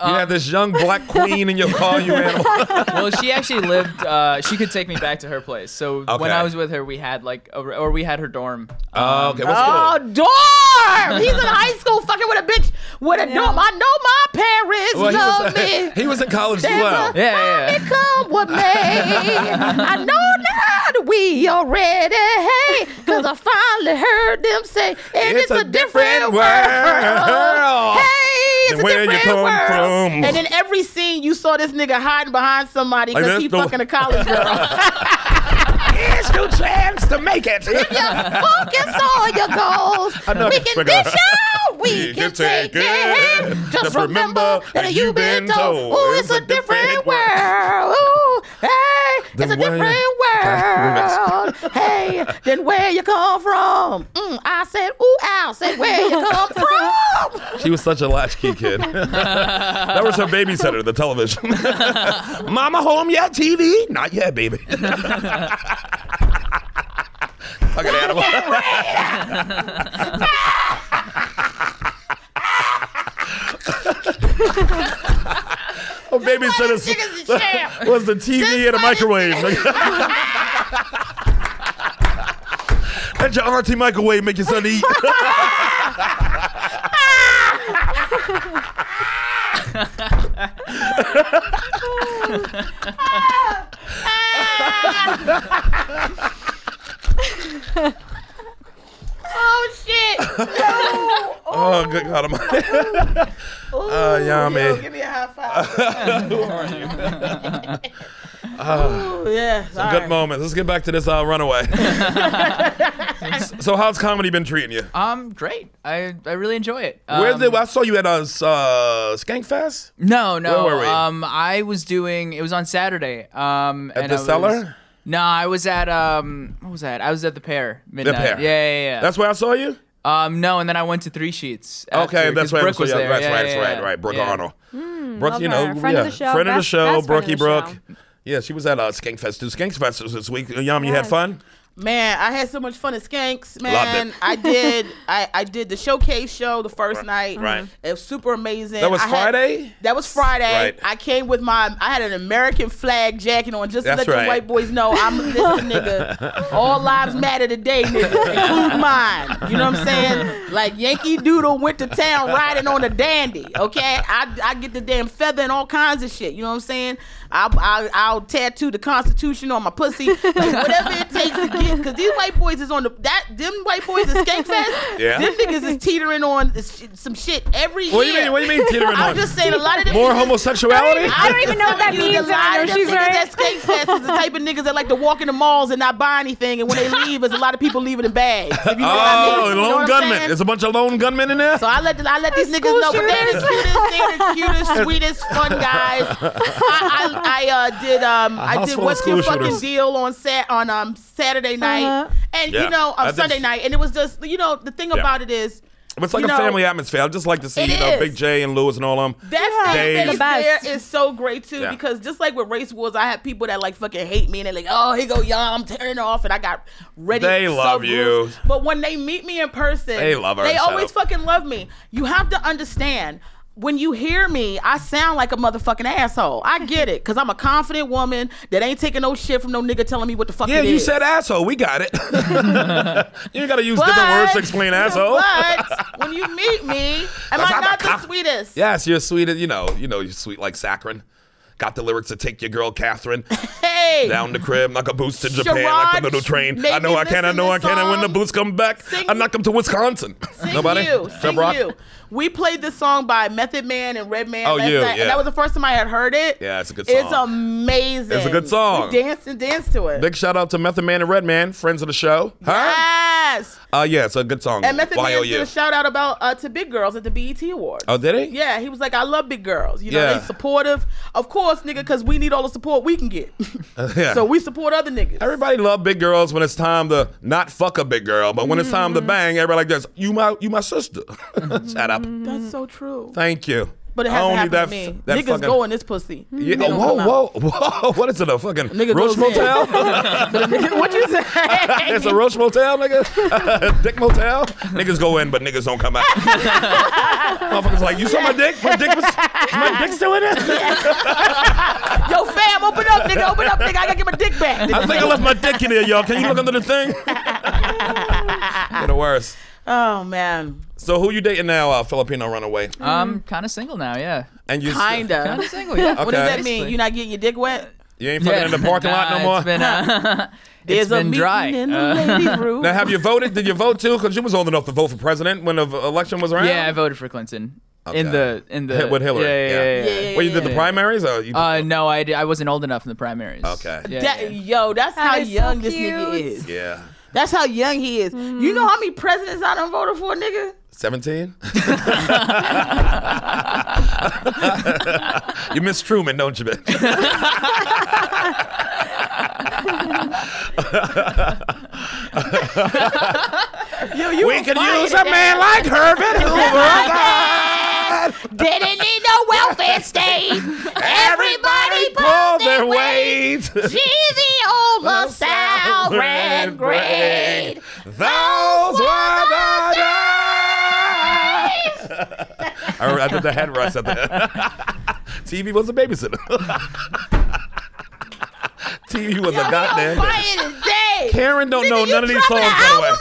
You had this young black queen in your car, you animal. well, she actually lived. Uh, she could take me back to her place. So Okay. when I was with her, we had like, a, or we had her dorm. Oh, okay, what's Oh, good? dorm! He's in high school fucking with a bitch with a Yeah. dorm. I know my parents Well, he, love was, me. he was in college as Never well. Yeah, yeah, yeah. finally Come with me. I know now that we are ready. Hey, cause I finally heard them say, and it's, a, different, world. world. Hey, it's And a where you different come world. from. And in every scene, you saw this nigga hiding behind somebody Like, because that's he the- fucking a college girl. Here's your chance to make it. Focus on your goals. I know I we can can figure out- dish out. We You can take it. Just remember that you've been told. Ooh, it's a different world. Ooh, hey, Then it's a where- different world. Hey, then where you come from? Mm, I said, ooh, I said, where you come from? She was such a latchkey kid. that was her babysitter, the television. Mama home yet, TV? Not yet, baby. Fucking animal. Oh, babysitter Niggas a champ. was the TV and a microwave. Let your auntie microwave make your son eat. Oh, shit. Oh, good God! I'm oh, Yo, yummy. give me a high five. Who are you? Ooh, yeah. all Good right. moments. Let's get back to this uh, runaway. so, how's comedy been treating you? Um, great. I I really enjoy it. Um, Where did I saw you at uh, s- uh, Skank Fest? No, no. Where were we? Um, I was doing. It was on Saturday. Um, At and the I was- cellar? No, I was at um. What was that? I was at the Pear. Midnight. Pear. Yeah, yeah, yeah. That's where I saw you. Um, no, and then I went to Three Sheets. after, Okay, that's 'cause right. Brooke so was yeah, there. That's yeah, right. yeah, that's yeah. right. Right. Brooke Yeah. Arnoll. Mm, Brooke, love you know, her. Friend yeah, of the show. friend of the Best- show, best friend of Brookie the Brooke. show. Yeah, she was at uh, Skankfest too. Skankfest was this week. Yum, you had Yes. fun. Man, I had so much fun at Skanks, Loved man. it. I did I, I did the showcase show the first night. right. It was super amazing. That was I had- Friday? that was Friday. Right. I came with my I had an American flag jacket on just to That's let right. the white boys know I'm this nigga. All lives matter today, nigga. Include mine. You know what I'm saying? Like Yankee Doodle went to town riding on a dandy. Okay. I, I get the damn feather and all kinds of shit. You know what I'm saying? I, I, I'll tattoo the Constitution on my pussy. Like, whatever it takes to get, because these white boys is on the, that, them white boys at Skankfest, Yeah. them niggas is teetering on this, some shit every What do year. you mean? What do you mean, teetering I'm on? just saying a lot of them More niggas- homosexuality? I don't even know what that You the means. I lie, don't know them she's niggas right. that skate fest is the type of niggas that like to walk in the malls and not buy anything, and when they leave, there's a lot of people leaving in bags. If you know what I mean. Oh, You know lone what I'm gunmen. saying? There's a bunch of lone gunmen in there. So I let the, I let these School niggas know, but they're the shooters. cutest, they're the cutest, sweetest, fun guys. I, I, I uh, did um I house did full of what's your school fucking shooters. deal on sat on um Saturday night Uh-huh. and Yeah. you know on I did- Sunday night, and it was just you know the thing about it is It's like you a know, family atmosphere. I just like to see, It you know, is. Big J and Lewis and all them. That Yeah. They- thing The that's there best. is so great too Yeah. because just like with race wars, I have people that like fucking hate me and they're like, oh, here go y'all, I'm tearing off, and I got ready. They so love you. bruised. But when they meet me in person, They love her, They shut always up. fucking love me. You have to understand. When you hear me, I sound like a motherfucking asshole. I get it, cause I'm a confident woman that ain't taking no shit from no nigga telling me what the fuck. Yeah, it you is. said asshole. We got it. you ain't got to use But- different words to explain asshole. But when you meet me, am Cause I I'm a not the conf- sweetest? Yes, you're sweet. You know, you know, you're sweet like saccharin. Got the lyrics to take your girl Catherine Hey. down the crib, knock a boost to Japan like the Sharad little train. made I know me I can, I listen know to I can, and when the songs. boots come back, Sing- I knock them to Wisconsin. Sing Nobody? you, sing Rock? you. We played this song by Method Man and Redman Oh, last you, night, yeah. and that was the first time I had heard it. Yeah, it's a good It's song. amazing. It's a good song. We danced and danced to it. Big shout out to Method Man and Redman, friends of the show. Huh? yes. Uh, yeah, it's a good song. And Method Man YOU. did a shout out about uh, to big girls at the BET Awards. Oh, did he? Yeah, he was like, I love big girls. You know, Yeah. they supportive. Of course, nigga, because we need all the support we can get. yeah. so we support other niggas. Everybody love big girls when it's time to not fuck a big girl, but when it's time to Mm-hmm. bang, everybody like this. You my you my sister. Shut up. That's so true. Thank you. Mm-hmm. But it I don't hasn't happened to need that f- me. that niggas fucking- go in this pussy. Yeah, oh, whoa, whoa, whoa! What is it? A fucking Nigga Roach goes in. Motel? what you say? it's a Roach Motel, nigga. dick Motel. Niggas go in, but niggas don't come out. Motherfuckers like, you saw my dick? My dick was, my dick still in there? Yo, fam, open up, nigga. Open up, nigga. I gotta get my dick back. I think I left my dick in there, y'all. Can you look under the thing? the worst. Oh man, So who you dating now? Uh, Filipino runaway. I'm kind of Um, single now. Yeah. And you kinda. Kind of single. Yeah. Okay. What does that mean? You not getting your dick wet? You ain't fucking in the parking lot no Nah, more. It's been, uh, it's There's a been meeting dry. in the Uh, ladies' room. now, have you voted? Did you vote too? Because you was old enough to vote for president when the v- election was around. yeah, I voted for Clinton Okay. in the in the Hit with Hillary, Yeah, yeah, yeah. yeah. yeah. Well, you did the primaries, or you Uh, no, I, di- I wasn't old enough in the primaries. Okay. Yeah, yeah. That- yo, that's That how is so young this nigga cute. Mm-hmm. is. yeah, That's how young he is. You know how many presidents I done voted for, nigga? seventeen. you miss Truman, don't you, man? Yo, you we a could fire use a today. man like Herbert Hoover. Didn't need no welfare state. Everybody pull their weight. weight. She's the old LaSalle Red red grade. grade. Those were the days. I, I did the head rush at that. TV was a babysitter. TV was a goddamn. baby- Fire today. Karen don't know none of these songs, by the way.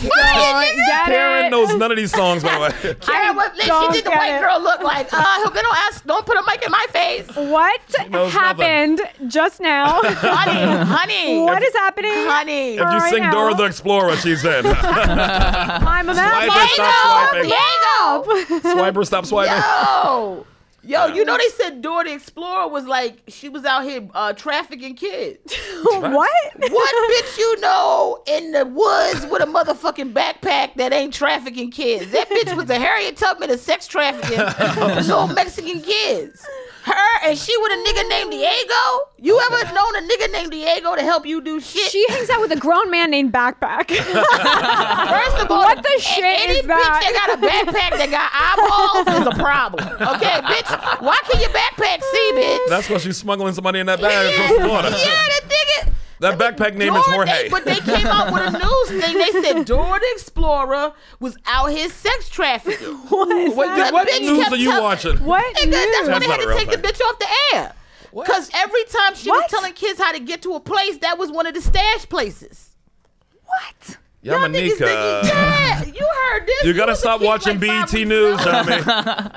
Don't get Karen it. knows none of these songs, by the way. Karen, what makes you don't did the get white it. girl look like? Uh, Hooker, don't ask, don't put a mic in my face. What knows happened just now? Honey, honey. what is happening? honey? If you Right sing now. Dora the Explorer, she's in. I'm a man. Swiper, stop swiping. Diego! Swiper, stop swiping. Yo! Yo, you know they said Dora the Explorer was like she was out here uh, trafficking kids. What? What bitch you know in the woods with a motherfucking backpack that ain't trafficking kids? That bitch was a Harriet Tubman of sex trafficking for little Mexican kids. Her and she with a nigga named Diego? You ever known a nigga named Diego to help you do shit? She hangs out with a grown man named Backpack. First of all, What the a- shit any is that? bitch that got a backpack that got eyeballs is a problem. Okay, bitch, why can your backpack see, bitch? That's why she's smuggling somebody in that bag across the water. Yeah, that thing is. That backpack name is Dora- Jorge. They, but they came out with a news thing. They said Dora the Explorer was out here sex trafficking. what is What, that? what bitch news kept are you telling- watching? What news? Nigga, that's when That's they had not a to real take the thing. bitch off the air. Because every time she What? was telling kids how to get to a place, that was one of the stash places. What? Y'all niggas thinking, Yamanika. yeah, you heard this. You gotta was a stop kid watching like five BET weeks News, ago. I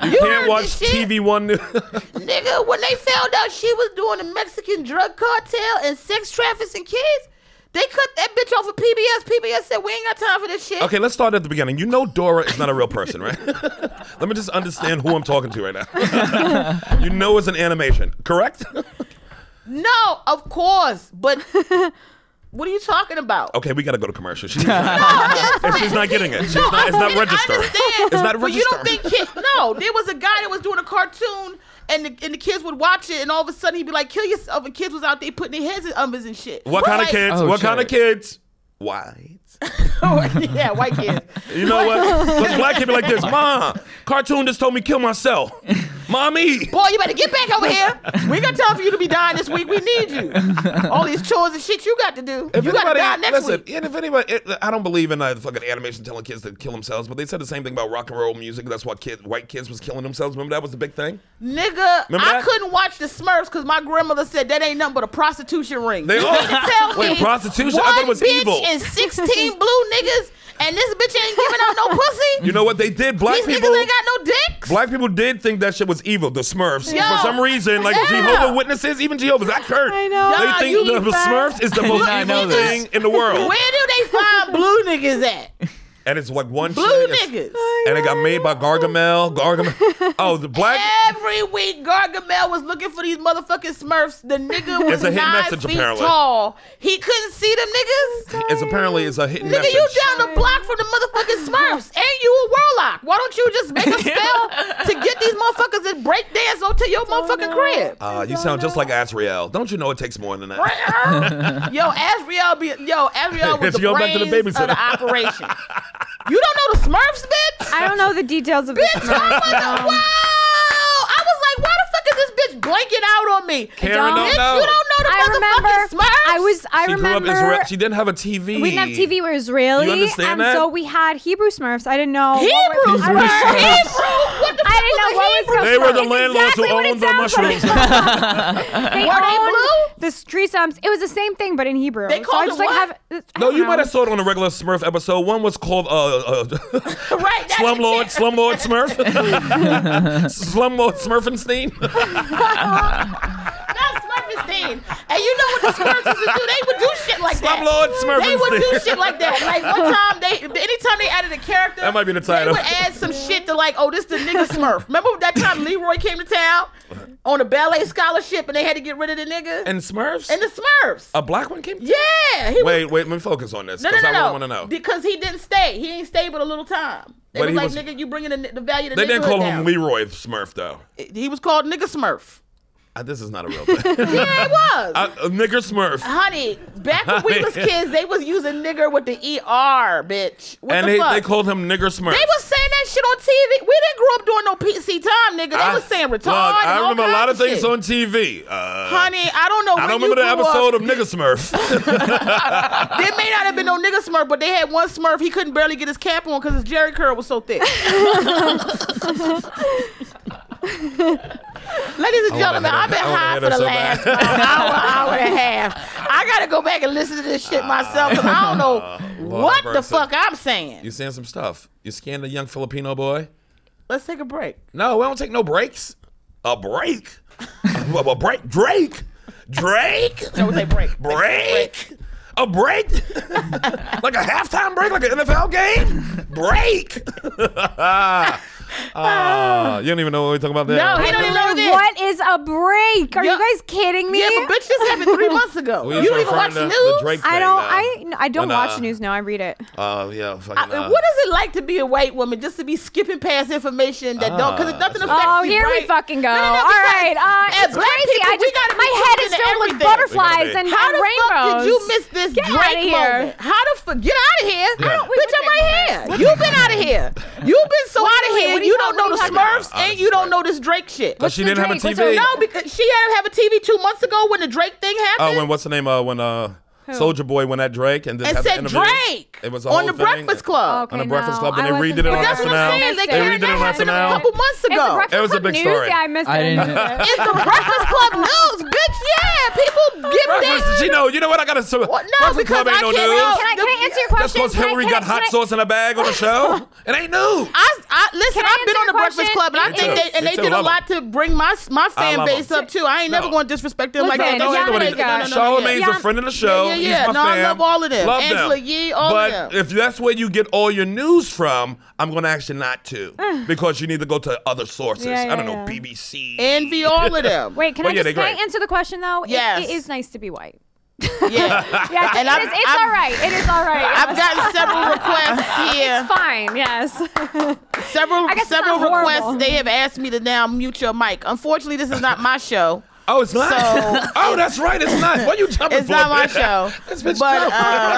mean. You can't heard watch this shit? TV One News. Nigga, when they found out she was doing the Mexican drug cartel and sex trafficking kids, they cut that bitch off of PBS. PBS said, we ain't got time for this shit. okay, let's start at the beginning. You know Dora is not a real person, right? Let me just understand who I'm talking to right now. you know it's an animation, correct? No, of course, but what are you talking about? okay, we gotta go to commercial. She's not, Yes, she's not getting it. She's No, not, it's I not didn't registered. understand. It's not But you don't registered. think kid, no, there was a guy that was doing a cartoon and the, and the kids would watch it and all of a sudden he'd be like, kill yourself. And kids was out there putting their heads in umbers and shit. What kind of Like- kids? Oh, what kind of shit. kids? Why? yeah, white kids. You know what? But black people like this, Mom, cartoon just told me kill myself. Mommy. Boy, you better get back over here. We ain't got time for you to be dying this week. We need you. All these chores and shit you got to do. you got to die next listen, week. and if anybody, it, I don't believe in uh, fucking animation telling kids to kill themselves, but they said the same thing about rock and roll music. That's why kids, white kids was killing themselves. Remember that was the big thing. Nigga, Remember I that? couldn't watch the Smurfs because my grandmother said that ain't nothing but a prostitution ring. They You are. mean to tell Wait, me prostitution? I one thought it was bitch evil. and 16 blue niggas, and this bitch ain't giving out no pussy? You know what they did? Black These people, niggas ain't got no dicks? black people did think that shit was evil. The Smurfs, Yo. for some reason, like Yeah. Jehovah Witnesses, even Jehovah's, I hurt. I know. They Nah, think you the, the fat. Smurfs is the most not evil know this. thing in the world, Where do they find blue niggas at? and it's like one Blue shit is- niggas. and it got made by Gargamel. Gargamel. Oh, the black. Every week, Gargamel was looking for these motherfucking Smurfs. The nigga was It's a hidden nine message, feet apparently. tall. He couldn't see them niggas. It's apparently it's a hidden Nigga, message. you down the block from the motherfucking Smurfs, and you a warlock. Why don't you just make a spell to get these motherfuckers and break dance onto your motherfucking crib? Uh, you sound just like Azrael. Don't you know it takes more than that? yo, Asriel, be, yo, Asriel was She the go back to brains the of the babysitter. operation. you don't know the Smurfs, bitch. I don't know the Um, details of this. bitch, I was like, wow. I was like, why the fuck is this bitch blanking out on me? Karen don't. don't, Bitch, know. you don't know the I motherfucking remember. Smurfs. I was. I she remember. grew up Israel. She didn't have a TV. we didn't have TV. We were Israeli, You understand and that? so we had Hebrew Smurfs. I didn't know Hebrew What were- Smurfs. I was- Hebrew. What the fuck I didn't know was a what was Hebrew? going They were the That's landlords who exactly what it owned the sounds like. mushrooms. they Were they owned blue? the street stumps. It was the same thing, but in Hebrew. They so called I just it like what? have. no, you might have saw it on a regular Smurf episode. One was called uh, uh, Right, that's Slumlord, it. Slumlord Smurf, Slumlord Smurfenstein. That's Smurfenstein. And you know what the Smurfs used to do? They would do shit like that. Slumlord They would do Smurfenstein. shit like that. Like one time, they anytime they added a character, That might be the title. They would add some shit to like, oh, this the nigga Smurf. Remember that time Leroy came to town on a ballet scholarship and they had to get rid of the nigga and Smurfs. And the Smurfs. a black one came. yeah, he Wait, wait. Let me focus on this No, no, because no, I no. want to know. Because he didn't stay. He ain't stayed but a little time. They But was he like, was- nigga, you bringing the, the value to they didn't call down. him Leroy Smurf though. He was called nigga Smurf. Uh, this is not a real thing. Yeah, he was. uh, uh, nigger Smurf. Honey, back when we was kids, they was using nigger with the ER, bitch. What and the they, fuck? they called him Nigger Smurf. They was saying that shit on TV. We didn't grow up doing no PC time, nigga. They was saying retard. Look, and I all remember a kinds lot of things shit. on TV. Uh, Honey, I don't know. I when don't you remember the grew up. episode of Nigga Smurf. There may not have been no nigga Smurf, but they had one Smurf. He couldn't barely get his cap on because his Jerry curl was so thick. Ladies and gentlemen, hear I've been that. I wanna high for hear the that so last hour, hour and a half. I gotta go back and listen to this shit myself because I don't know Lord what the mercy. fuck I'm saying. you saying some stuff. You scanned a young Filipino boy. Let's take a break. No, we don't take no breaks. A break? a, a break? Drake? Drake? No, they break. Break? A break? like a halftime break? Like an NFL game? Break? Ah, you don't even know what we're talking about there. No, he don't even know Like, this. what is a break. Are you Yeah. guys kidding me? Yeah, but bitch, this happened three months ago. We you just don't even watch referring to news. The Drake I thing don't. now. I no, I don't When, watch uh, news now. I read it. Oh yeah, fucking. I- uh, what is it like to be a white woman just to be skipping past information that don't Ah, because nothing affects Oh, you? here we right? fucking go. No, no, no, All because right, uh, as it's black crazy. people, I we just gotta be my head is open to filled with everything. butterflies be. and, How and the fuck rainbows. did you miss this Get Drake outta here. moment? How the fuck? Get out of here! Yeah. I don't- Bitch, I'm right here. You've been out of here. You've been so out of doing? here. What are You you talking- don't know the what are you talking Smurfs and you don't know this Drake shit. Oh, she the didn't have a Drake? What's TV. her- No, because she had to have a TV two months ago when the Drake thing happened. Oh, when what's the name? Uh, when uh, Soldier Boy went at Drake and then and had the said interview. Drake It was a on whole the thing. Breakfast Club. On the Breakfast Club, and they redid it on That's what I'm SNL. saying. They They carried redid it that on happened a SNL. couple months It's the ago. Breakfast It was a Club big news? story. Yeah, I missed I it. didn't- missed it. It's the Breakfast Club news, bitch. Yeah, people give Breakfast. that. She know. You know what? I gotta. So, What? No, Breakfast because Club ain't I no can't news. help- Can I, can I answer your question? That's because Can I- Hillary can I- got hot can I- sauce in a bag on the show. it ain't news. I, I listen. Can I answer I've been on the your Breakfast question? Club, and I Me think too. they and Me they too. did I a love lot to bring my my fan love base 'em. up too. I ain't never No. going to disrespect them like Listen, that. Don't y'all do it ain't like got- that. No, no, no, no, Charlamagne's yeah. a friend of the show. Yeah, yeah, yeah. He's my No, I fam. love all of them. Love them. Angela Yee, all of but them. if that's where you get all your news from, I'm going to ask you not to because you need to go to other sources. Yeah, I don't yeah, know, yeah. BBC. Envy all of them. Wait, can Well, I yeah, just they're can I great. answer the question though? It- Yes. it is nice to be white. yeah. Yeah, it's, And it I'm- is, it's I'm- all right. It is all right. I've yes. gotten several requests here. fine. Yes. Several I guess it's several not requests. horrible. They have asked me to now mute your mic. Unfortunately, this is not my show. oh, it's not. So- oh, that's right. It's not. Why you jumping It's for not my bitch? show, This but bitch jumped.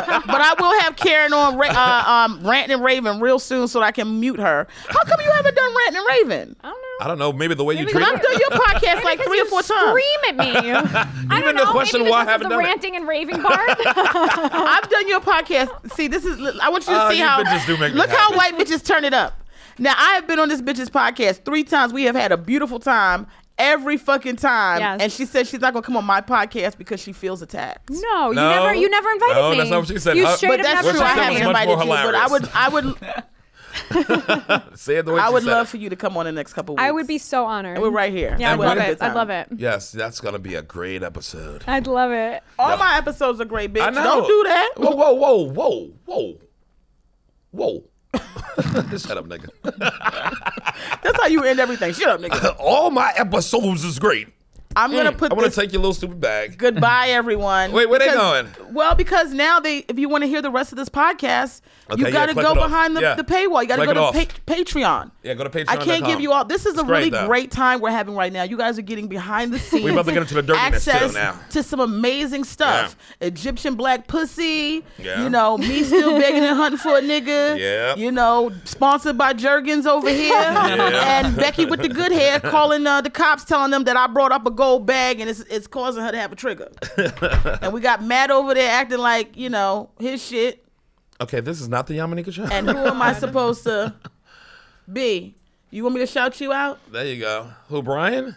uh, but I will have Karen on ra- uh, um, ranting and raving real soon, so that I can mute her. How come you haven't done ranting and raving? I don't know. I don't know. Maybe the way you treat Because I've her. done your podcast like Because three or you four times. Scream at me. I Even don't the know. question maybe why I because of haven't the done it. ranting and raving part. I've done your podcast. See, this is. I want you to Oh, see you how. bitches do make me look how happy. white bitches turn it up. Now I have been on this bitch's podcast three times. We have had a beautiful time every fucking time. Yes. And she said she's not gonna come on my podcast because she feels attacked. no, you No. never. You never invited No, me. that's not what she said. You Uh, straight But up that's never true. I said invited was haven't me. much invited you. more But I hilarious. would. I would. Say it the way I she would said love it. for you to come on the next couple. Weeks. I would be so honored. We're right here. Yeah, I'd And love what- it. I'd love it. Yes, that's going to be a great episode. I'd love it. All my episodes are great, bitch. I know. Don't do that. Whoa, whoa, whoa, whoa, whoa, whoa. Shut up, nigga. That's how you end everything. Shut up, nigga. All my episodes is great. I'm gonna put Mm. I want this. to take your little stupid bag. Goodbye, everyone. Wait, where they Because- going? Well, because now they, if you want to hear the rest of this podcast, Okay, you got yeah, to click go it off. behind the, Yeah. the paywall. You got to Click go it to pa- Patreon. Yeah, go to Patreon. I can't give you all. This is a great, really though. great time we're having right now. You guys are getting behind the scenes. We about to get into the dirtiness too access now. to some amazing stuff. Egyptian black pussy. Yeah. You know, me still begging and hunting for a nigga. Yeah. You know, sponsored by Jergens over here. And Becky with the good hair calling uh, the cops, telling them that I brought up a gold bag and it's, it's causing her to have a trigger. and we got Matt over there acting like, you know, his shit. Okay, this is not the Yamanika show. And who am I supposed to be? You want me to shout you out? there you go. Who, Brian?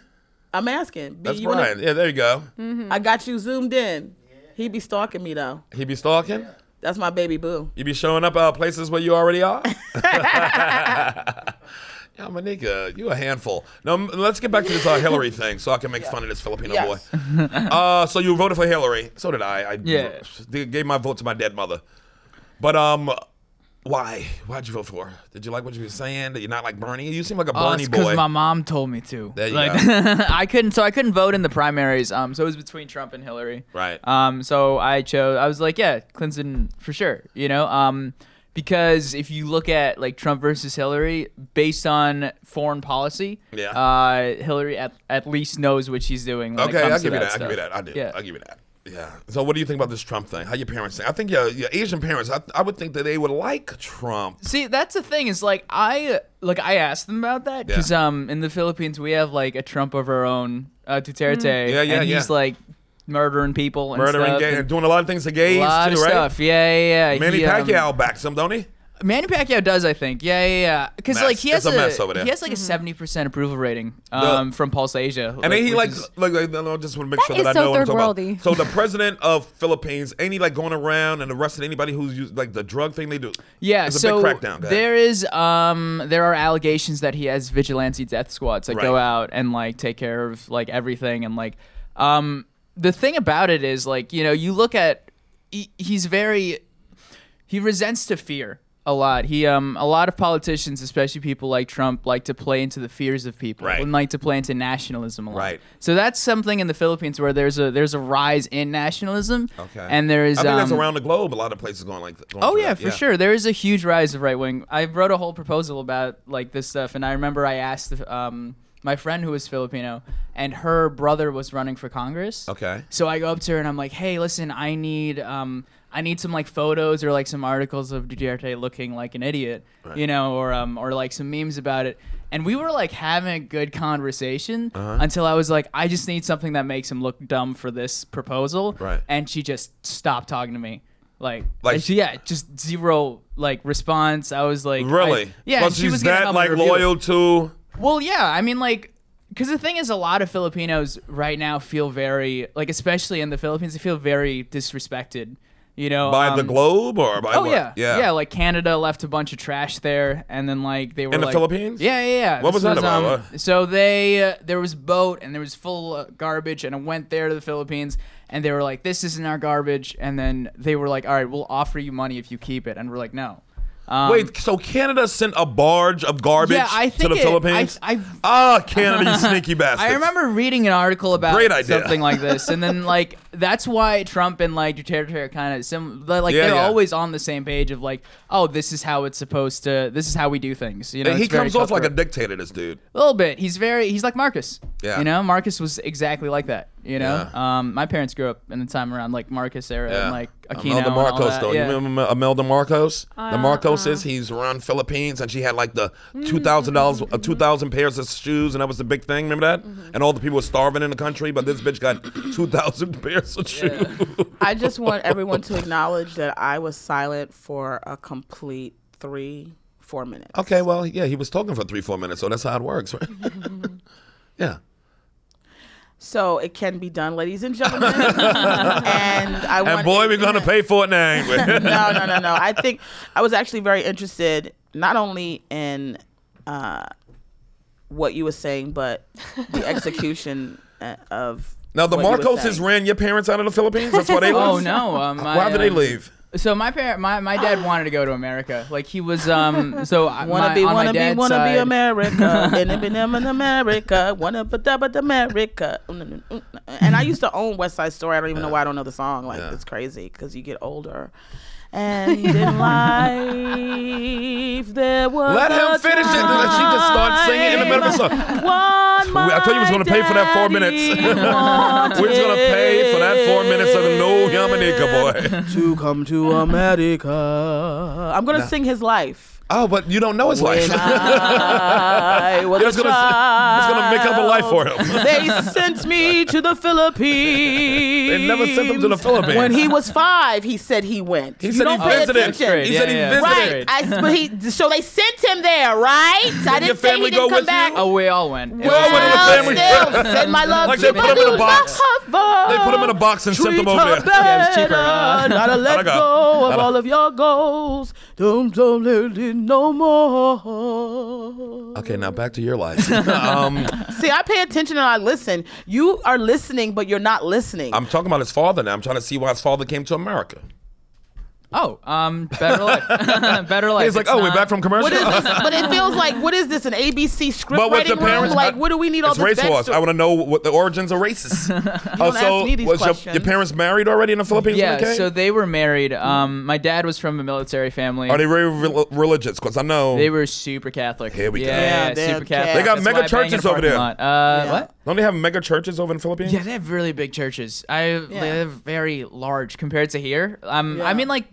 I'm asking. B, That's you Mm. wanna- Brian. Yeah, there you go. I got you zoomed in. He be stalking me though. He be stalking. That's my baby boo. You be showing up uh, places where you already are. Yamanika, you a handful. Now m- let's get back to this uh, Hillary thing, so I can make fun of this Filipino Yes. boy. Uh, so you voted for Hillary. So did I. I Yeah. d- gave my vote to my dead mother. But um, why? Why'd you vote for? her? Did you like what you were saying? Did you not like Bernie? You seem like a Bernie boy. because Uh, my mom told me to. There you like, go. I couldn't, so I couldn't vote in the primaries. Um, so it was between Trump and Hillary. Right. Um, so I chose. I was like, yeah, Clinton for sure. You know, um, because if you look at like Trump versus Hillary, based on foreign policy, Yeah. uh, Hillary at, at least knows what she's doing. When it okay, comes I'll to give you that. I'll stuff. give you that. I do. Yeah. I'll give you that. Yeah. So what do you think about this Trump thing? How your parents think? I think your, your Asian parents. I, I would think that they would like Trump. See, that's the thing is like I like I asked them about that because Yeah. um in the Philippines we have like a Trump of our own, uh, Duterte. Yeah, yeah, and yeah. He's like murdering people, and Murdering stuff, gay and and doing a lot of things to gays a lot too, of right? stuff. Yeah, yeah, yeah. Manny He, um, Pacquiao backs him, don't he? Manny Pacquiao does, I think. Yeah, yeah, yeah. Because Mess. like he has It's a mess over there. he has like a seventy percent approval rating um from Pulse Asia. And then he which like, is- like, like, I just want to make sure is that I so know what I'm third talking worldy. about. So the president of Philippines, ain't he like going around and arresting anybody who's used like the drug thing they do? yeah, it's a so big crackdown. Guy. there is um there are allegations that he has vigilante death squads that go Right. out and like take care of like everything and like um the thing about it is like you know you look at he, he's very he resents to fear. a lot. He um a lot of politicians, especially people like Trump, like to play into the fears of people Right. and like to play into nationalism a lot. Right. So that's something in the Philippines where there's a there's a rise in nationalism. Okay. And there is I think um, that's around the globe. A lot of places going like. Going Oh through yeah, that. for sure. There is a huge rise of right wing. I wrote a whole proposal about like this stuff, and I remember I asked um, my friend who was Filipino, and her brother was running for Congress. Okay. So I go up to her and I'm like, "Hey, listen, I need um, I need some like photos or like some articles of Duterte looking like an idiot, you know, or um, or like some memes about it." And we were like having a good conversation Uh-huh. until I was like, "I just need something that makes him look dumb for this proposal." Right. And she just stopped talking to me. Like, Like- and she- yeah, just zero like response. I was like, I- Really? yeah, Well, and she she's was gonna that help me like review it. loyal to. Well, yeah. I mean, like, because the thing is, a lot of Filipinos right now feel very, like, especially in the Philippines, they feel very disrespected. You know, By the um, globe or by Oh what? yeah, yeah, Like Canada left a bunch of trash there, and then like they were In the like- Philippines? Yeah, yeah. yeah. What was that about? um, What? so they uh, there was boat and there was full uh, garbage, and I went there to the Philippines, and they were like, "This isn't our garbage," and then they were like, "All right, we'll offer you money if you keep it," and we're like, "No." Um, Wait, so Canada sent a barge of garbage Yeah, I to think the it- Philippines? I- I- ah, Canada, you sneaky bastard. I remember reading an article about Great idea. something like this, and then like that's why Trump and like Duterte are kind of sim- they're, like Yeah, they're yeah. always on the same page of like, oh, this is how it's supposed to, this is how we do things. You know, And he it's very comes off like a cutthroat. dictator, this dude. A little bit. He's very. He's like Marcus. Yeah. You know, Marcus was exactly like that. You know, Yeah. um, my parents grew up in the time around like Marcus era Yeah. and like Aquino. Imelda and all Marcos, that. though. Yeah. Uh-huh. You remember Imelda Marcos? the Marcos is he's around Philippines, and she had like the Hmm. two thousand dollars, uh, two thousand pairs of shoes, and that was the big thing. Remember that? Mm-hmm. And all the people were starving in the country, but this bitch got two thousand pairs of shoes. I just want everyone to acknowledge that I was silent for a complete three, four minutes. Okay, well, yeah, he was talking for three, four minutes, so that's how it works, right? yeah. So it can be done, ladies and gentlemen. and I And want- boy, we're gonna pay for it now. ain't we? no, no, no, no. I think I was actually very interested not only in uh, what you were saying, but the execution uh, of. now the what you were Marcoses saying. ran your parents out of the Philippines. That's why they. Oh left? no! Um, my, Why did they um, leave? So my parent, my, my dad wanted to go to America. Like he was um. So I- Wanna my, be, on wanna my be, dad's wanna side, be America, and it been in America, wanna be da- but America. Mm, And I used to own West Side Story. I don't even know why I don't know the song. Like it's crazy because you get older, and in life there was. Let him a finish it. She just starts singing in the middle of the song. One I told you we was gonna pay for that four minutes. We're just gonna pay for that four minutes of no Yamanika, boy. to come to America. I'm gonna sing his life. Oh, but you don't know his life. When I was You're a just gonna, it's gonna make up a life for child, him. They sent me to the Philippines. They never sent him to the Philippines. When he was five, he said he went. He You said he don't Oh, pay visited. attention. Great, He yeah, said he yeah. visited. Right. Right. I, but he, so they sent him there, right? I your didn't say family he go didn't come with back. you? Oh, we all went. It all was- went in the family. Still, send my love Like to they put him in a Mother box. Love. They put him in a box and sent him Treat over her there. Yeah, it was cheaper. better. Uh, Gotta let Malaga. go of Mala- all of your goals. Don't don't let it no more. Okay, now back to your life. um, See, I pay attention and I listen. You are listening, but you're not listening. I'm talking about his father now. I'm trying to see why his father came to America. Oh, um, better life. better life. He's like, It's oh, we're not- back from commercial. What is this? But it feels like what is this? An ABC script But with writing your parents, room? Like, what do we need all it's this race wars. backstory- I want to know what the origins of races. Oh, ask me these was your- your, questions. parents married already in the Philippines? when Yeah, they came? so they were married. Um, my dad was from a military family. are they very rel- religious? Because I know They were super Catholic. Here we go. Yeah, yeah, Yeah, they're super Catholic. Catholic. They got That's mega why I bang in churches a over parking there. lot. Uh, Yeah. what? don't they have mega churches over in the Philippines? Yeah, they have really big churches. I they're very large compared to here. Um, I Yeah. mean, like,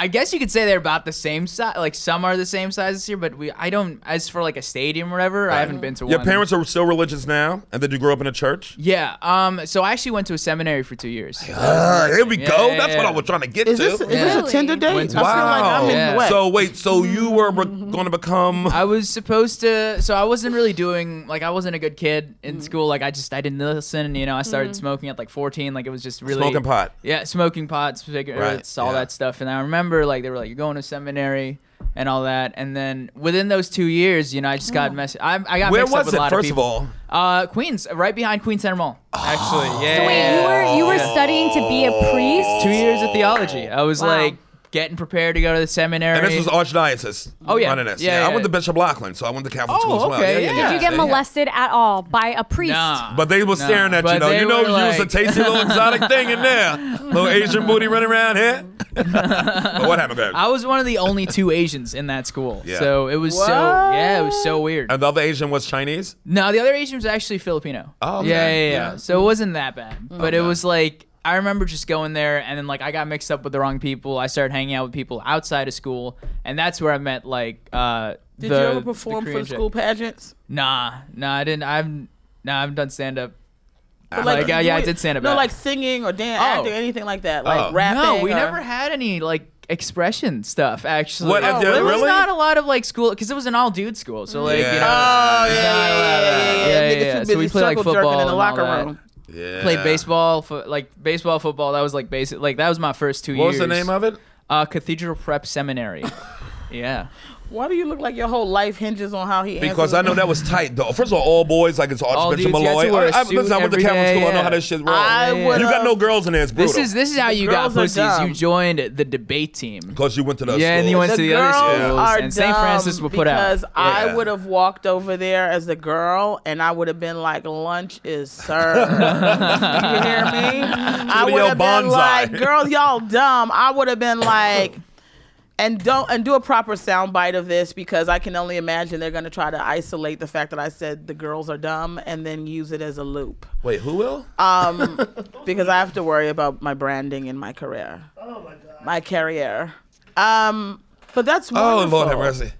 I guess you could say they're about the same size. Like, some are the same size as here, but we, I don't. As for like a stadium or whatever, I haven't been to Your one. parents are still religious now, and then you grew up in a church. Yeah. Um. So I actually went to a seminary for two years. Ah, here we Yeah, go. yeah, That's what yeah. I was trying to get Is to. this, is this Really? a Tinder date? I Went feel to- wow. like I'm in Yeah. the way. So wait, so you were going to become? Mm-hmm. I was supposed to, so I wasn't really doing like I wasn't a good kid in school. Like I just I didn't listen. You know, I started smoking at like 14. Like it was just really Smoking pot. Yeah, smoking pot, cigarettes, Right, all yeah. that stuff. And I remember like they were like you're going to seminary and all that. And then within those two years, you know, I just got mess. I, I got Where mixed up was with a it? lot of First of people. all, Oh, uh, Queens, right behind Queens Center Mall. Actually, yeah. Oh. Wait, you were you were studying to be a priest? two years of theology. I was Wow. like getting prepared to go to the seminary. And this was archdiocese. Oh, yeah. running this. Yeah, Yeah, I yeah, went to yeah. Bishop Lachlan, so I went to Catholic Oh, school as well. okay, Yeah, yeah, yeah. yeah. Did you get Yeah. molested at all by a priest? Nah. But they were Nah. staring at you But though. they You know, were you was a like- tasty little exotic thing in there. Little Asian booty running around here. but what happened, Greg? I was one of the only two Asians in that school. Yeah. Uh, So it was so yeah, it was so weird. and the other Asian was Chinese. No, the other Asian was actually Filipino. Oh, okay. yeah, yeah, yeah, Yeah. So it wasn't that bad, Mm-hmm. but it was like I remember just going there, and then like I got mixed up with the wrong people. I started hanging out with people outside of school, and that's where I met like. uh Did you the, ever the perform for Korean the chick. school pageants? Nah, nah, I didn't. I've nah, I've done stand up. But, Like, yeah, yeah, I you- did stand up No, at it. like singing or dance, Oh. acting, anything like that, Oh. like No, rapping. No, we or- never had any like expression stuff actually. What, Oh, there was really? not a lot of like school because it was an all dude school. So like you know, Oh yeah, it's yeah, not a lot of yeah, that. yeah, yeah. Niggas too busy So we played like circle jerking football in the and locker all that. room. Yeah. Played baseball, fo- like baseball, football. That was like basic. Like that was my first two What years. was the name of it? Uh, Cathedral Prep Seminary. yeah. Why do you look like your whole life hinges on how he? Because I know that was tight though. First of all, all boys like it's Archbishop dudes, you had to Malloy. wear a I, I, listen, I went to Catholic suit every school. I day, know how yeah. that shit rolls. I would. you got no girls in there. It's brutal. This is this is how you got girls are pussies. dumb. You joined the debate team. because you went to the Yeah, and you went The to the girls other schools, are and St. Francis dumb will put out. because I Yeah. would have walked over there as a girl, and I would have been like, "Lunch is served." you hear me? I Would've would have yelled been bonsai. like, "Girls, y'all dumb." I would have been like. And don't and do a proper sound bite of this because I can only imagine they're gonna try to isolate the fact that I said the girls are dumb and then use it as a loop Wait, who will? because I have to worry about my branding and my career. Oh my god. My career. Um, but that's oh wonderful. Lord have mercy.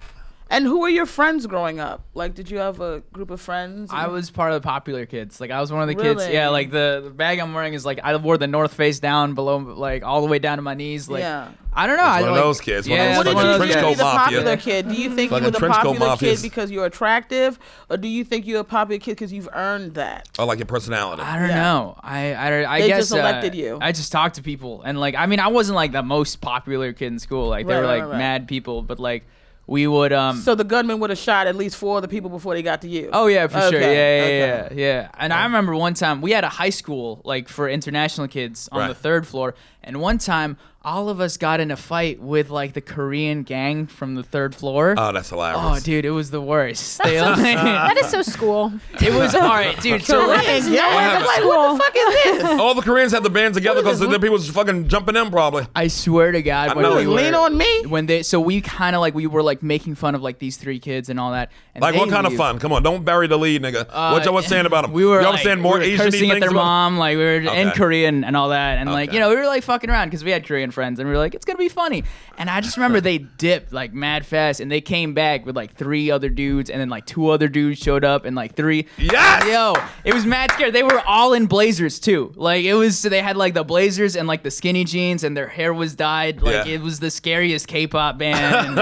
And who were your friends growing up? Like, did you have a group of friends? I was part of the popular kids. Like I was one of the kids. Really? Yeah, like the, the bag I'm wearing is like I wore the North Face down below, like all the way down to my knees. Like Yeah. I don't know. I, one of like- those kids, one of Yeah, those What did one fucking of you those think trench to kids. be coat the popular mafia. kid? Do you think Fucking you were the trench coat popular kid mafias. because you're attractive, or do you think you're a popular kid because you've earned that? I like your personality. I don't Yeah. know. I I, don't- I They guess just elected uh, you. I just talked to people and like I mean I wasn't like the most popular kid in school. Like Right, there were right, like right, right. mad people, but like we would um. So the gunman would have shot at least four of the people before they got to you. Oh yeah, for sure. Okay, Yeah, yeah, okay. yeah, yeah. And I remember one time we had a high school like for international kids on the Right. third floor, and one time all of us got in a fight with like the Korean gang from the third floor. oh, that's hilarious. Oh, dude, it was the worst. They, like, That is so school. it was all right, dude. So like, Yeah, I'm like, what the fuck is this? All the Koreans had the bands together because the people was fucking jumping in probably. I swear to God, when know we it. were, Lean on me. When they, so we kind of like we were like making fun of like these three kids and all that. And Like they what kind of leave. fun? Come on, don't bury the lead, nigga. what y'all was saying about them? Uh, We were y'all like, was saying more we were Asian cursing things. at their about- mom, like we were in Okay. Korean and all that, and like Okay. you know we were like fucking around because we had Korean friends, and we were like it's gonna be funny. And I just remember they dipped like mad fast, and they came back with like three other dudes, and then like two other dudes showed up, and like three. Yes! Yo, it was mad scary. They were all in blazers too. Like it was, so they had like the blazers and like the skinny jeans, and their hair was dyed. Like Yeah. it was the scariest K-pop band. And-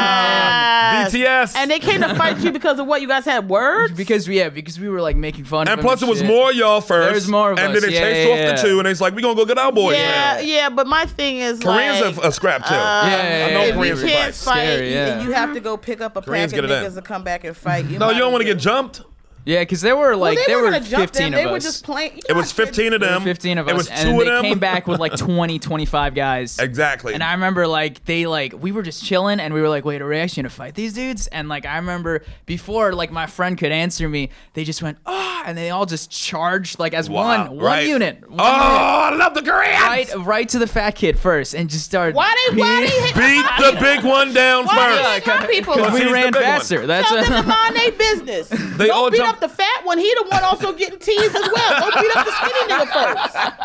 Yes. BTS. And they came to fight you because of what you guys had words. Because we yeah, because we were like making fun of And them plus, it was shit. more y'all first. There was more of And us. then they Yeah, chased yeah, off yeah. the two, and it's like, we gonna go get our boys. Yeah, now. yeah, but my thing is like, um, Koreans are uh, a scrap too. yeah, I know yeah, Koreans if you will can't fight. fight, Scary, you- yeah. you have to go pick up a Koreans pack of get it in. niggas to come back and fight. You No, you don't want want to get jumped. Yeah, because there were like Well, they there were gonna jump fifteen them. of They us. were just playing. you It know, was 15 of There were them. 15 of It us, was and two of they them. came back with like 20, 25 guys. Exactly. And I remember like they like we were just chilling, and we were like, "Wait, are we actually gonna fight these dudes?" And like I remember before like my friend could answer me, they just went ah, and they all just charged like as Wow, one right. one unit. one oh, I love the Koreans. unit, right right to the fat kid first, and just started. Why they? Why they hit? Beat the big one down Why first. they hit my people? Cause We He's the ran big one. faster. That's Tell them to what. mind their business. They Don't all beat jump- up the fat one. He the one also getting teased as well. Don't beat up the skinny nigga first.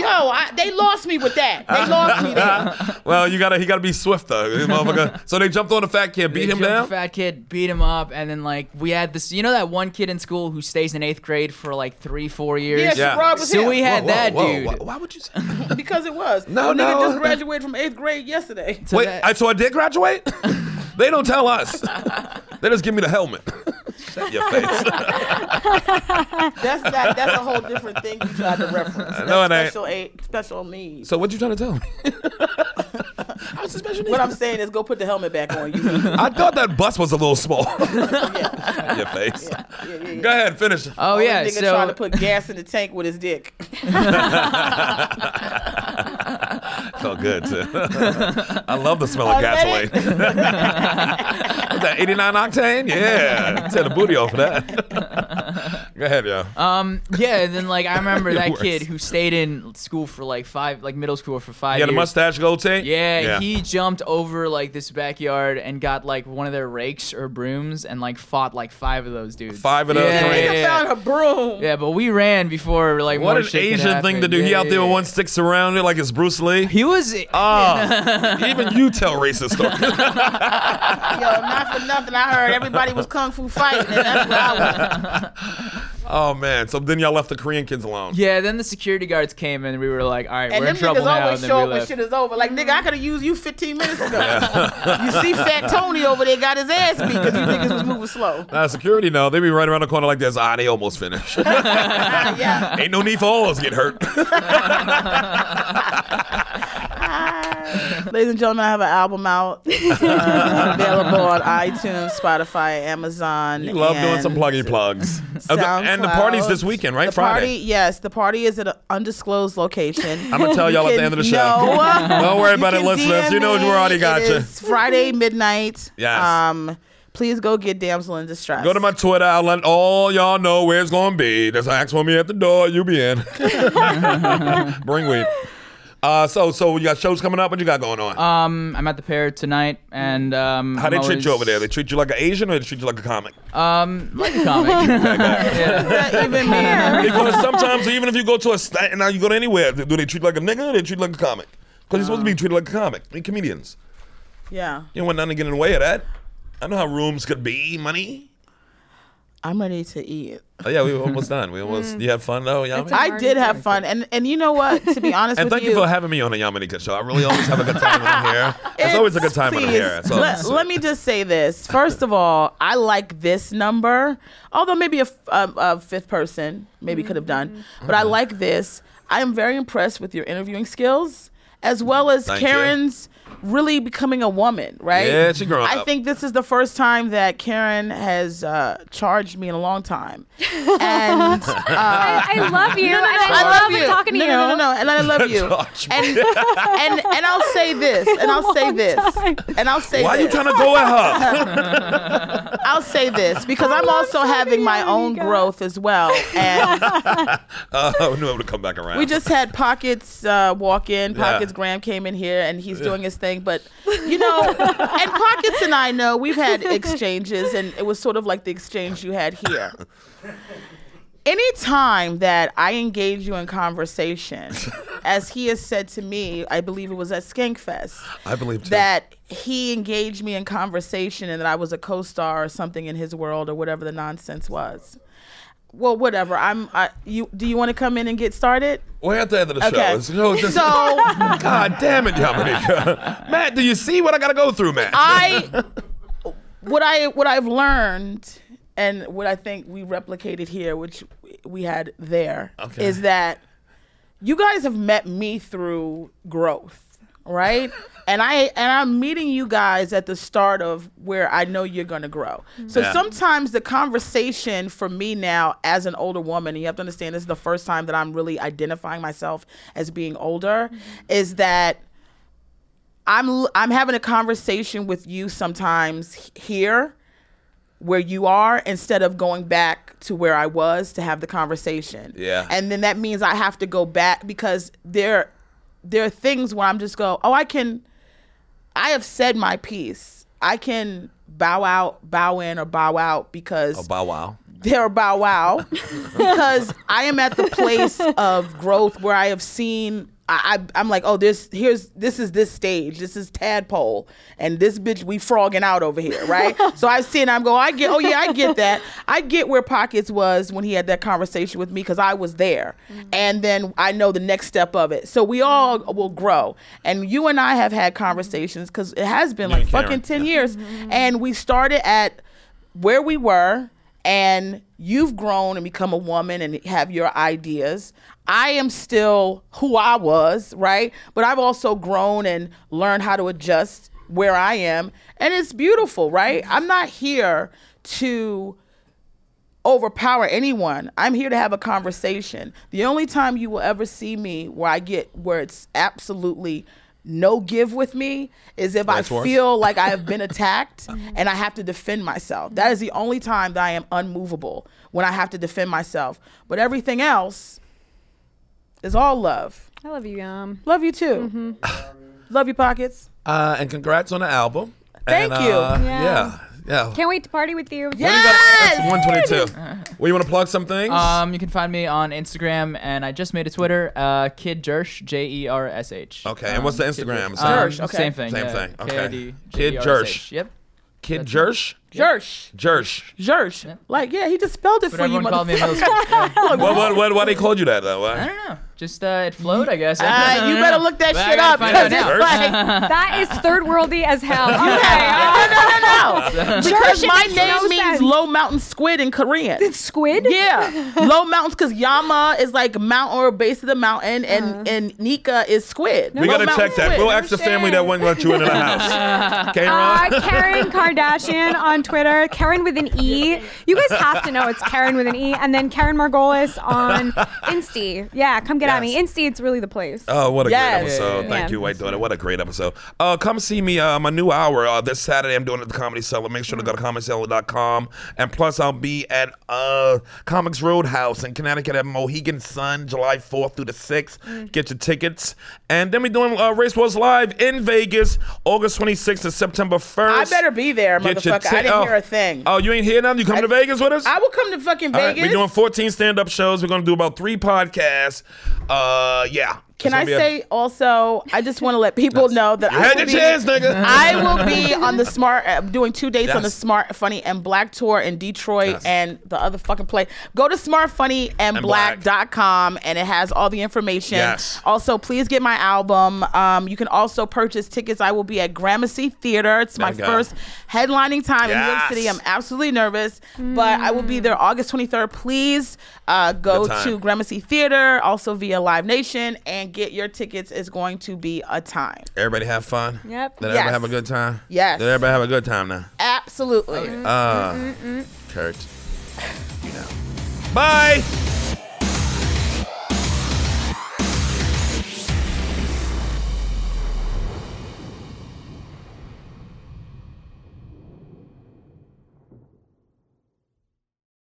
Yo, I, they lost me with that. They lost me there. well, you gotta he gotta be swift though, this motherfucker. So they jumped on the fat kid, beat They him jumped down. The fat kid beat him up, and then like we had this. You know that one kid in school who stays in eighth grade for like three, four years. Yeah, Yeah. Sherrod was So here. we had Whoa, that whoa, dude. Why, why would you say? because it was. No, The nigga no. just graduated from eighth grade yesterday. So Wait, that- I, so I did graduate. they don't tell us. they just give me the helmet. Shut your face. That's not, that's a whole different thing you tried to reference. No, it ain't. That's special aid, special needs. so what you trying to tell me? I was a special needs- what I'm saying is go put the helmet back on. You yeah, I thought that bus was a little small. your face. yeah, yeah. Go ahead, finish. Oh Only yeah, nigga trying to so put gas in the tank with his dick. felt good too. I love the smell of I gasoline. What's that 89 octane? Yeah, tear the booty off of that. Go ahead, yo. Um, yeah, and then like I remember You're that worse. kid who stayed in school for like five, like middle school for five. you got a years. mustache, gold tank? Yeah, he jumped over like this backyard and got like one of their rakes or brooms and like fought like five of those dudes. Five of those yeah, dudes? yeah, Nigga yeah. found a broom. Yeah, but we ran before like What more an shit could Asian thing to happen. do. he Yeah, out there yeah, with yeah. one sticks around it like it's Bruce Lee. He was. Ah, even you tell racist stories. Yo, not for nothing. I heard everybody was kung fu fighting, and that's where I was. oh man. So then y'all left the Korean kids alone. yeah, then the security guards came in and we were like, all right, And we're in them trouble niggas now. always And then show we up when left. shit is over. Like, nigga, I could have used you 15 minutes ago. you see Fat Tony over there got his ass beat because you niggas was moving slow. Nah, security no. They be right around the corner like this. Ah, they almost finished. Ah, yeah. Ain't no need for all of us get hurt. Ladies and gentlemen, I have an album out uh, available on iTunes, Spotify, Amazon. You love doing some and pluggy plugs. Oh, the- and the SoundCloud. party's this weekend, right? The Friday. Party, yes, the party is at an undisclosed location. I'm gonna tell y'all at the end of the show. No. Don't worry You about it, can listeners. DM You know me. we already got It you. is Friday midnight. Yes. Um, please go get damsel in distress. Go to my Twitter. I'll let all y'all know where it's gonna be. Just ask for me at the door. You be in. Bring weed. Uh, so so you got shows coming up. What you got going on? Um, I'm at the pair tonight, and um, How they I'm treat you always- over there? They treat you like an Asian or they treat you like a comic? Um, like a comic. That even Um, mean? Because sometimes even if you go to a sta now you go to anywhere, do they treat you like a nigga or they treat you like a comic? Because you're supposed Um. to be treated like a comic. I mean, comedians. Yeah. You don't want nothing to get in the way of that. I know how rooms could be, money. I'm ready to eat. Oh, yeah, we were almost done. We Mm. almost. You had fun though, Yami. I did have fun, and and you know what? To be honest And with thank you. for having me on the Yamini Cut Show. I really always have a good time when I'm here. It's, always a good time when I'm Please, here. So, Let, let me just say this. First of all, I like this number, although maybe a, f- a- a fifth person maybe could have done, Mm-hmm. but I like this. I am very impressed with your interviewing skills, as well as Thank you. Karen's really becoming a woman, right? Yeah, she growing I up. think this is the first time that Karen has uh, charged me in a long time, and. Uh, I, I love you. and I, love, talking to no, you. No, no, no, and I love you. Charge me. And, and and I'll say this, and I'll say long this, time. and I'll say Why are this. you trying to go at her? I'll say this because I'm love also having my Sabrina, own you guys. growth as well. And Uh, I knew I would come back around. we just had Pockets uh, walk in. Yeah. Pockets Graham came in here and he's doing his thing. But, you know, and Pockets and I know we've had exchanges and it was sort of like the exchange you had here. Anytime that I engage you in conversation, as he has said to me, I believe it was at Skankfest, I believe too. that he engaged me in conversation and that I was a co-star or something in his world or whatever the nonsense was. Well, whatever. I'm. I, you. Do you want to come in and get started? We're at the end of the Okay. show. It's- no, it's just- So God damn it, Yamanika. Matt, do you see what I gotta go through, Matt? I, what I what I've learned and what I think we replicated here, which we had there, is Okay. that you guys have met me through growth, right? and I and I'm meeting you guys at the start of where I know you're gonna grow. So Mm-hmm. Yeah. sometimes the conversation for me now as an older woman, and you have to understand this is the first time that I'm really identifying myself as being older, Mm-hmm. is that I'm l- I'm having a conversation with you sometimes h- here where you are instead of going back to where I was to have the conversation. Yeah. And then that means I have to go back because there there are things where I'm just go, "Oh, I can I have said my piece. I can bow out, bow in or bow out because oh, bow wow. their bow wow because I am at the place of growth where I have seen. I, I, I'm like, oh, there's here's this is this stage, this is tadpole, and this bitch we frogging out over here, right? so I've seen, I'm going, I get, oh yeah, I get that, I get where Pockets was when he had that conversation with me because I was there, and then I know the next step of it. So we all will grow, and you and I have had conversations because it has been like and Karen, fucking ten years, and we started at where we were and you've grown and become a woman and have your ideas. I am still who I was, right? But I've also grown and learned how to adjust where I am. And it's beautiful, right? I'm not here to overpower anyone. I'm here to have a conversation. The only time you will ever see me where I get where it's absolutely no give with me is if That's I worse. feel like I have been attacked and I have to defend myself. That is the only time that I am unmovable when I have to defend myself. But everything else is all love. I love you, Yum. Love you too. love you, pockets. Uh, and congrats on the album. Thank And, you. uh, Yeah. yeah. Yeah. Can't wait to party with you. Yeah. It's 122. Well, you want to plug some things? Um, you can find me on Instagram, and I just made a Twitter, uh, Kid Jersh, J E R S H. Um, Okay, and what's the Instagram? Is that- Jersh, okay. Same thing. Same yeah. thing, okay. K-I-D, Kid J-E-R-S-H. Jersh. Yep. Kid Jersh? Jersh. Jersh. Jersh. Like, yeah, he just spelled it But for you, everyone called me in motherfucker. middle school. Yeah. What, what, what, why they called you that, though? I Why? don't know. Just uh, it flowed, I guess. I Uh, don't you know. better look that But I shit gotta up find because out now. it's like, That is third worldy as hell. Okay. uh, no, no, no, no. Because Jersh, my it makes name no means sense. low mountain squid in Korean. Squid? Yeah, low mountains because Yama is like mountain or base of the mountain, and and Nika is squid. We Low got to mountain check that. squid. We'll ask the family that wouldn't let you into the house. Okay, Ron? Uh, Karen Kardashian on Twitter. Karen with an E. You guys have to know it's Karen with an E. And then Karen Margolis on Insti. Yeah, come get at me. Yes. Insti, it's really the place. Oh, what a Yes. great episode. Yeah. Thank Yeah. you, White Daughter. What a great episode. Uh, come see me uh, my new hour uh, this Saturday. I'm doing it at the Comedy Cellar. Make sure to go to comedycellar.com. And plus, I'll be at uh, Comics Roadhouse in Connecticut at Mohegan Sun July 4th through the 6th. Mm. Get your tickets. And then we're doing uh, Race Wars Live in Vegas August 26th to September 1st. I better be there, Get your motherfucker. I ti- didn't oh. hear a thing. Oh, you ain't here now? You come to Vegas with us? I will come to fucking All right, Vegas. we're doing 14 stand-up shows. We're gonna do about three podcasts. Uh, yeah. It's Can gonna I be a- say also? I just want to let people know that You I had will your be- chance, nigga. I will be on the smart, uh, doing two dates on the Yes. Smart Funny and Black tour in Detroit Yes. and the other fucking place. Go to smartfunnyandblack.com and it has all the information. Yes. Also, please get my album. Um, you can also purchase tickets. I will be at Gramercy Theater. It's my There you go. first headlining time in New York Yes. City. I'm absolutely nervous, but I will be there August 23rd. Please uh, go Good time. to Gramercy Theater, also via Live Nation, and get your tickets. It's going to be a time. Everybody have fun. Yep. Did Yes. everybody have a good time? Yes. Did everybody have a good time now? Absolutely. Uh, Kurt. You know. Bye.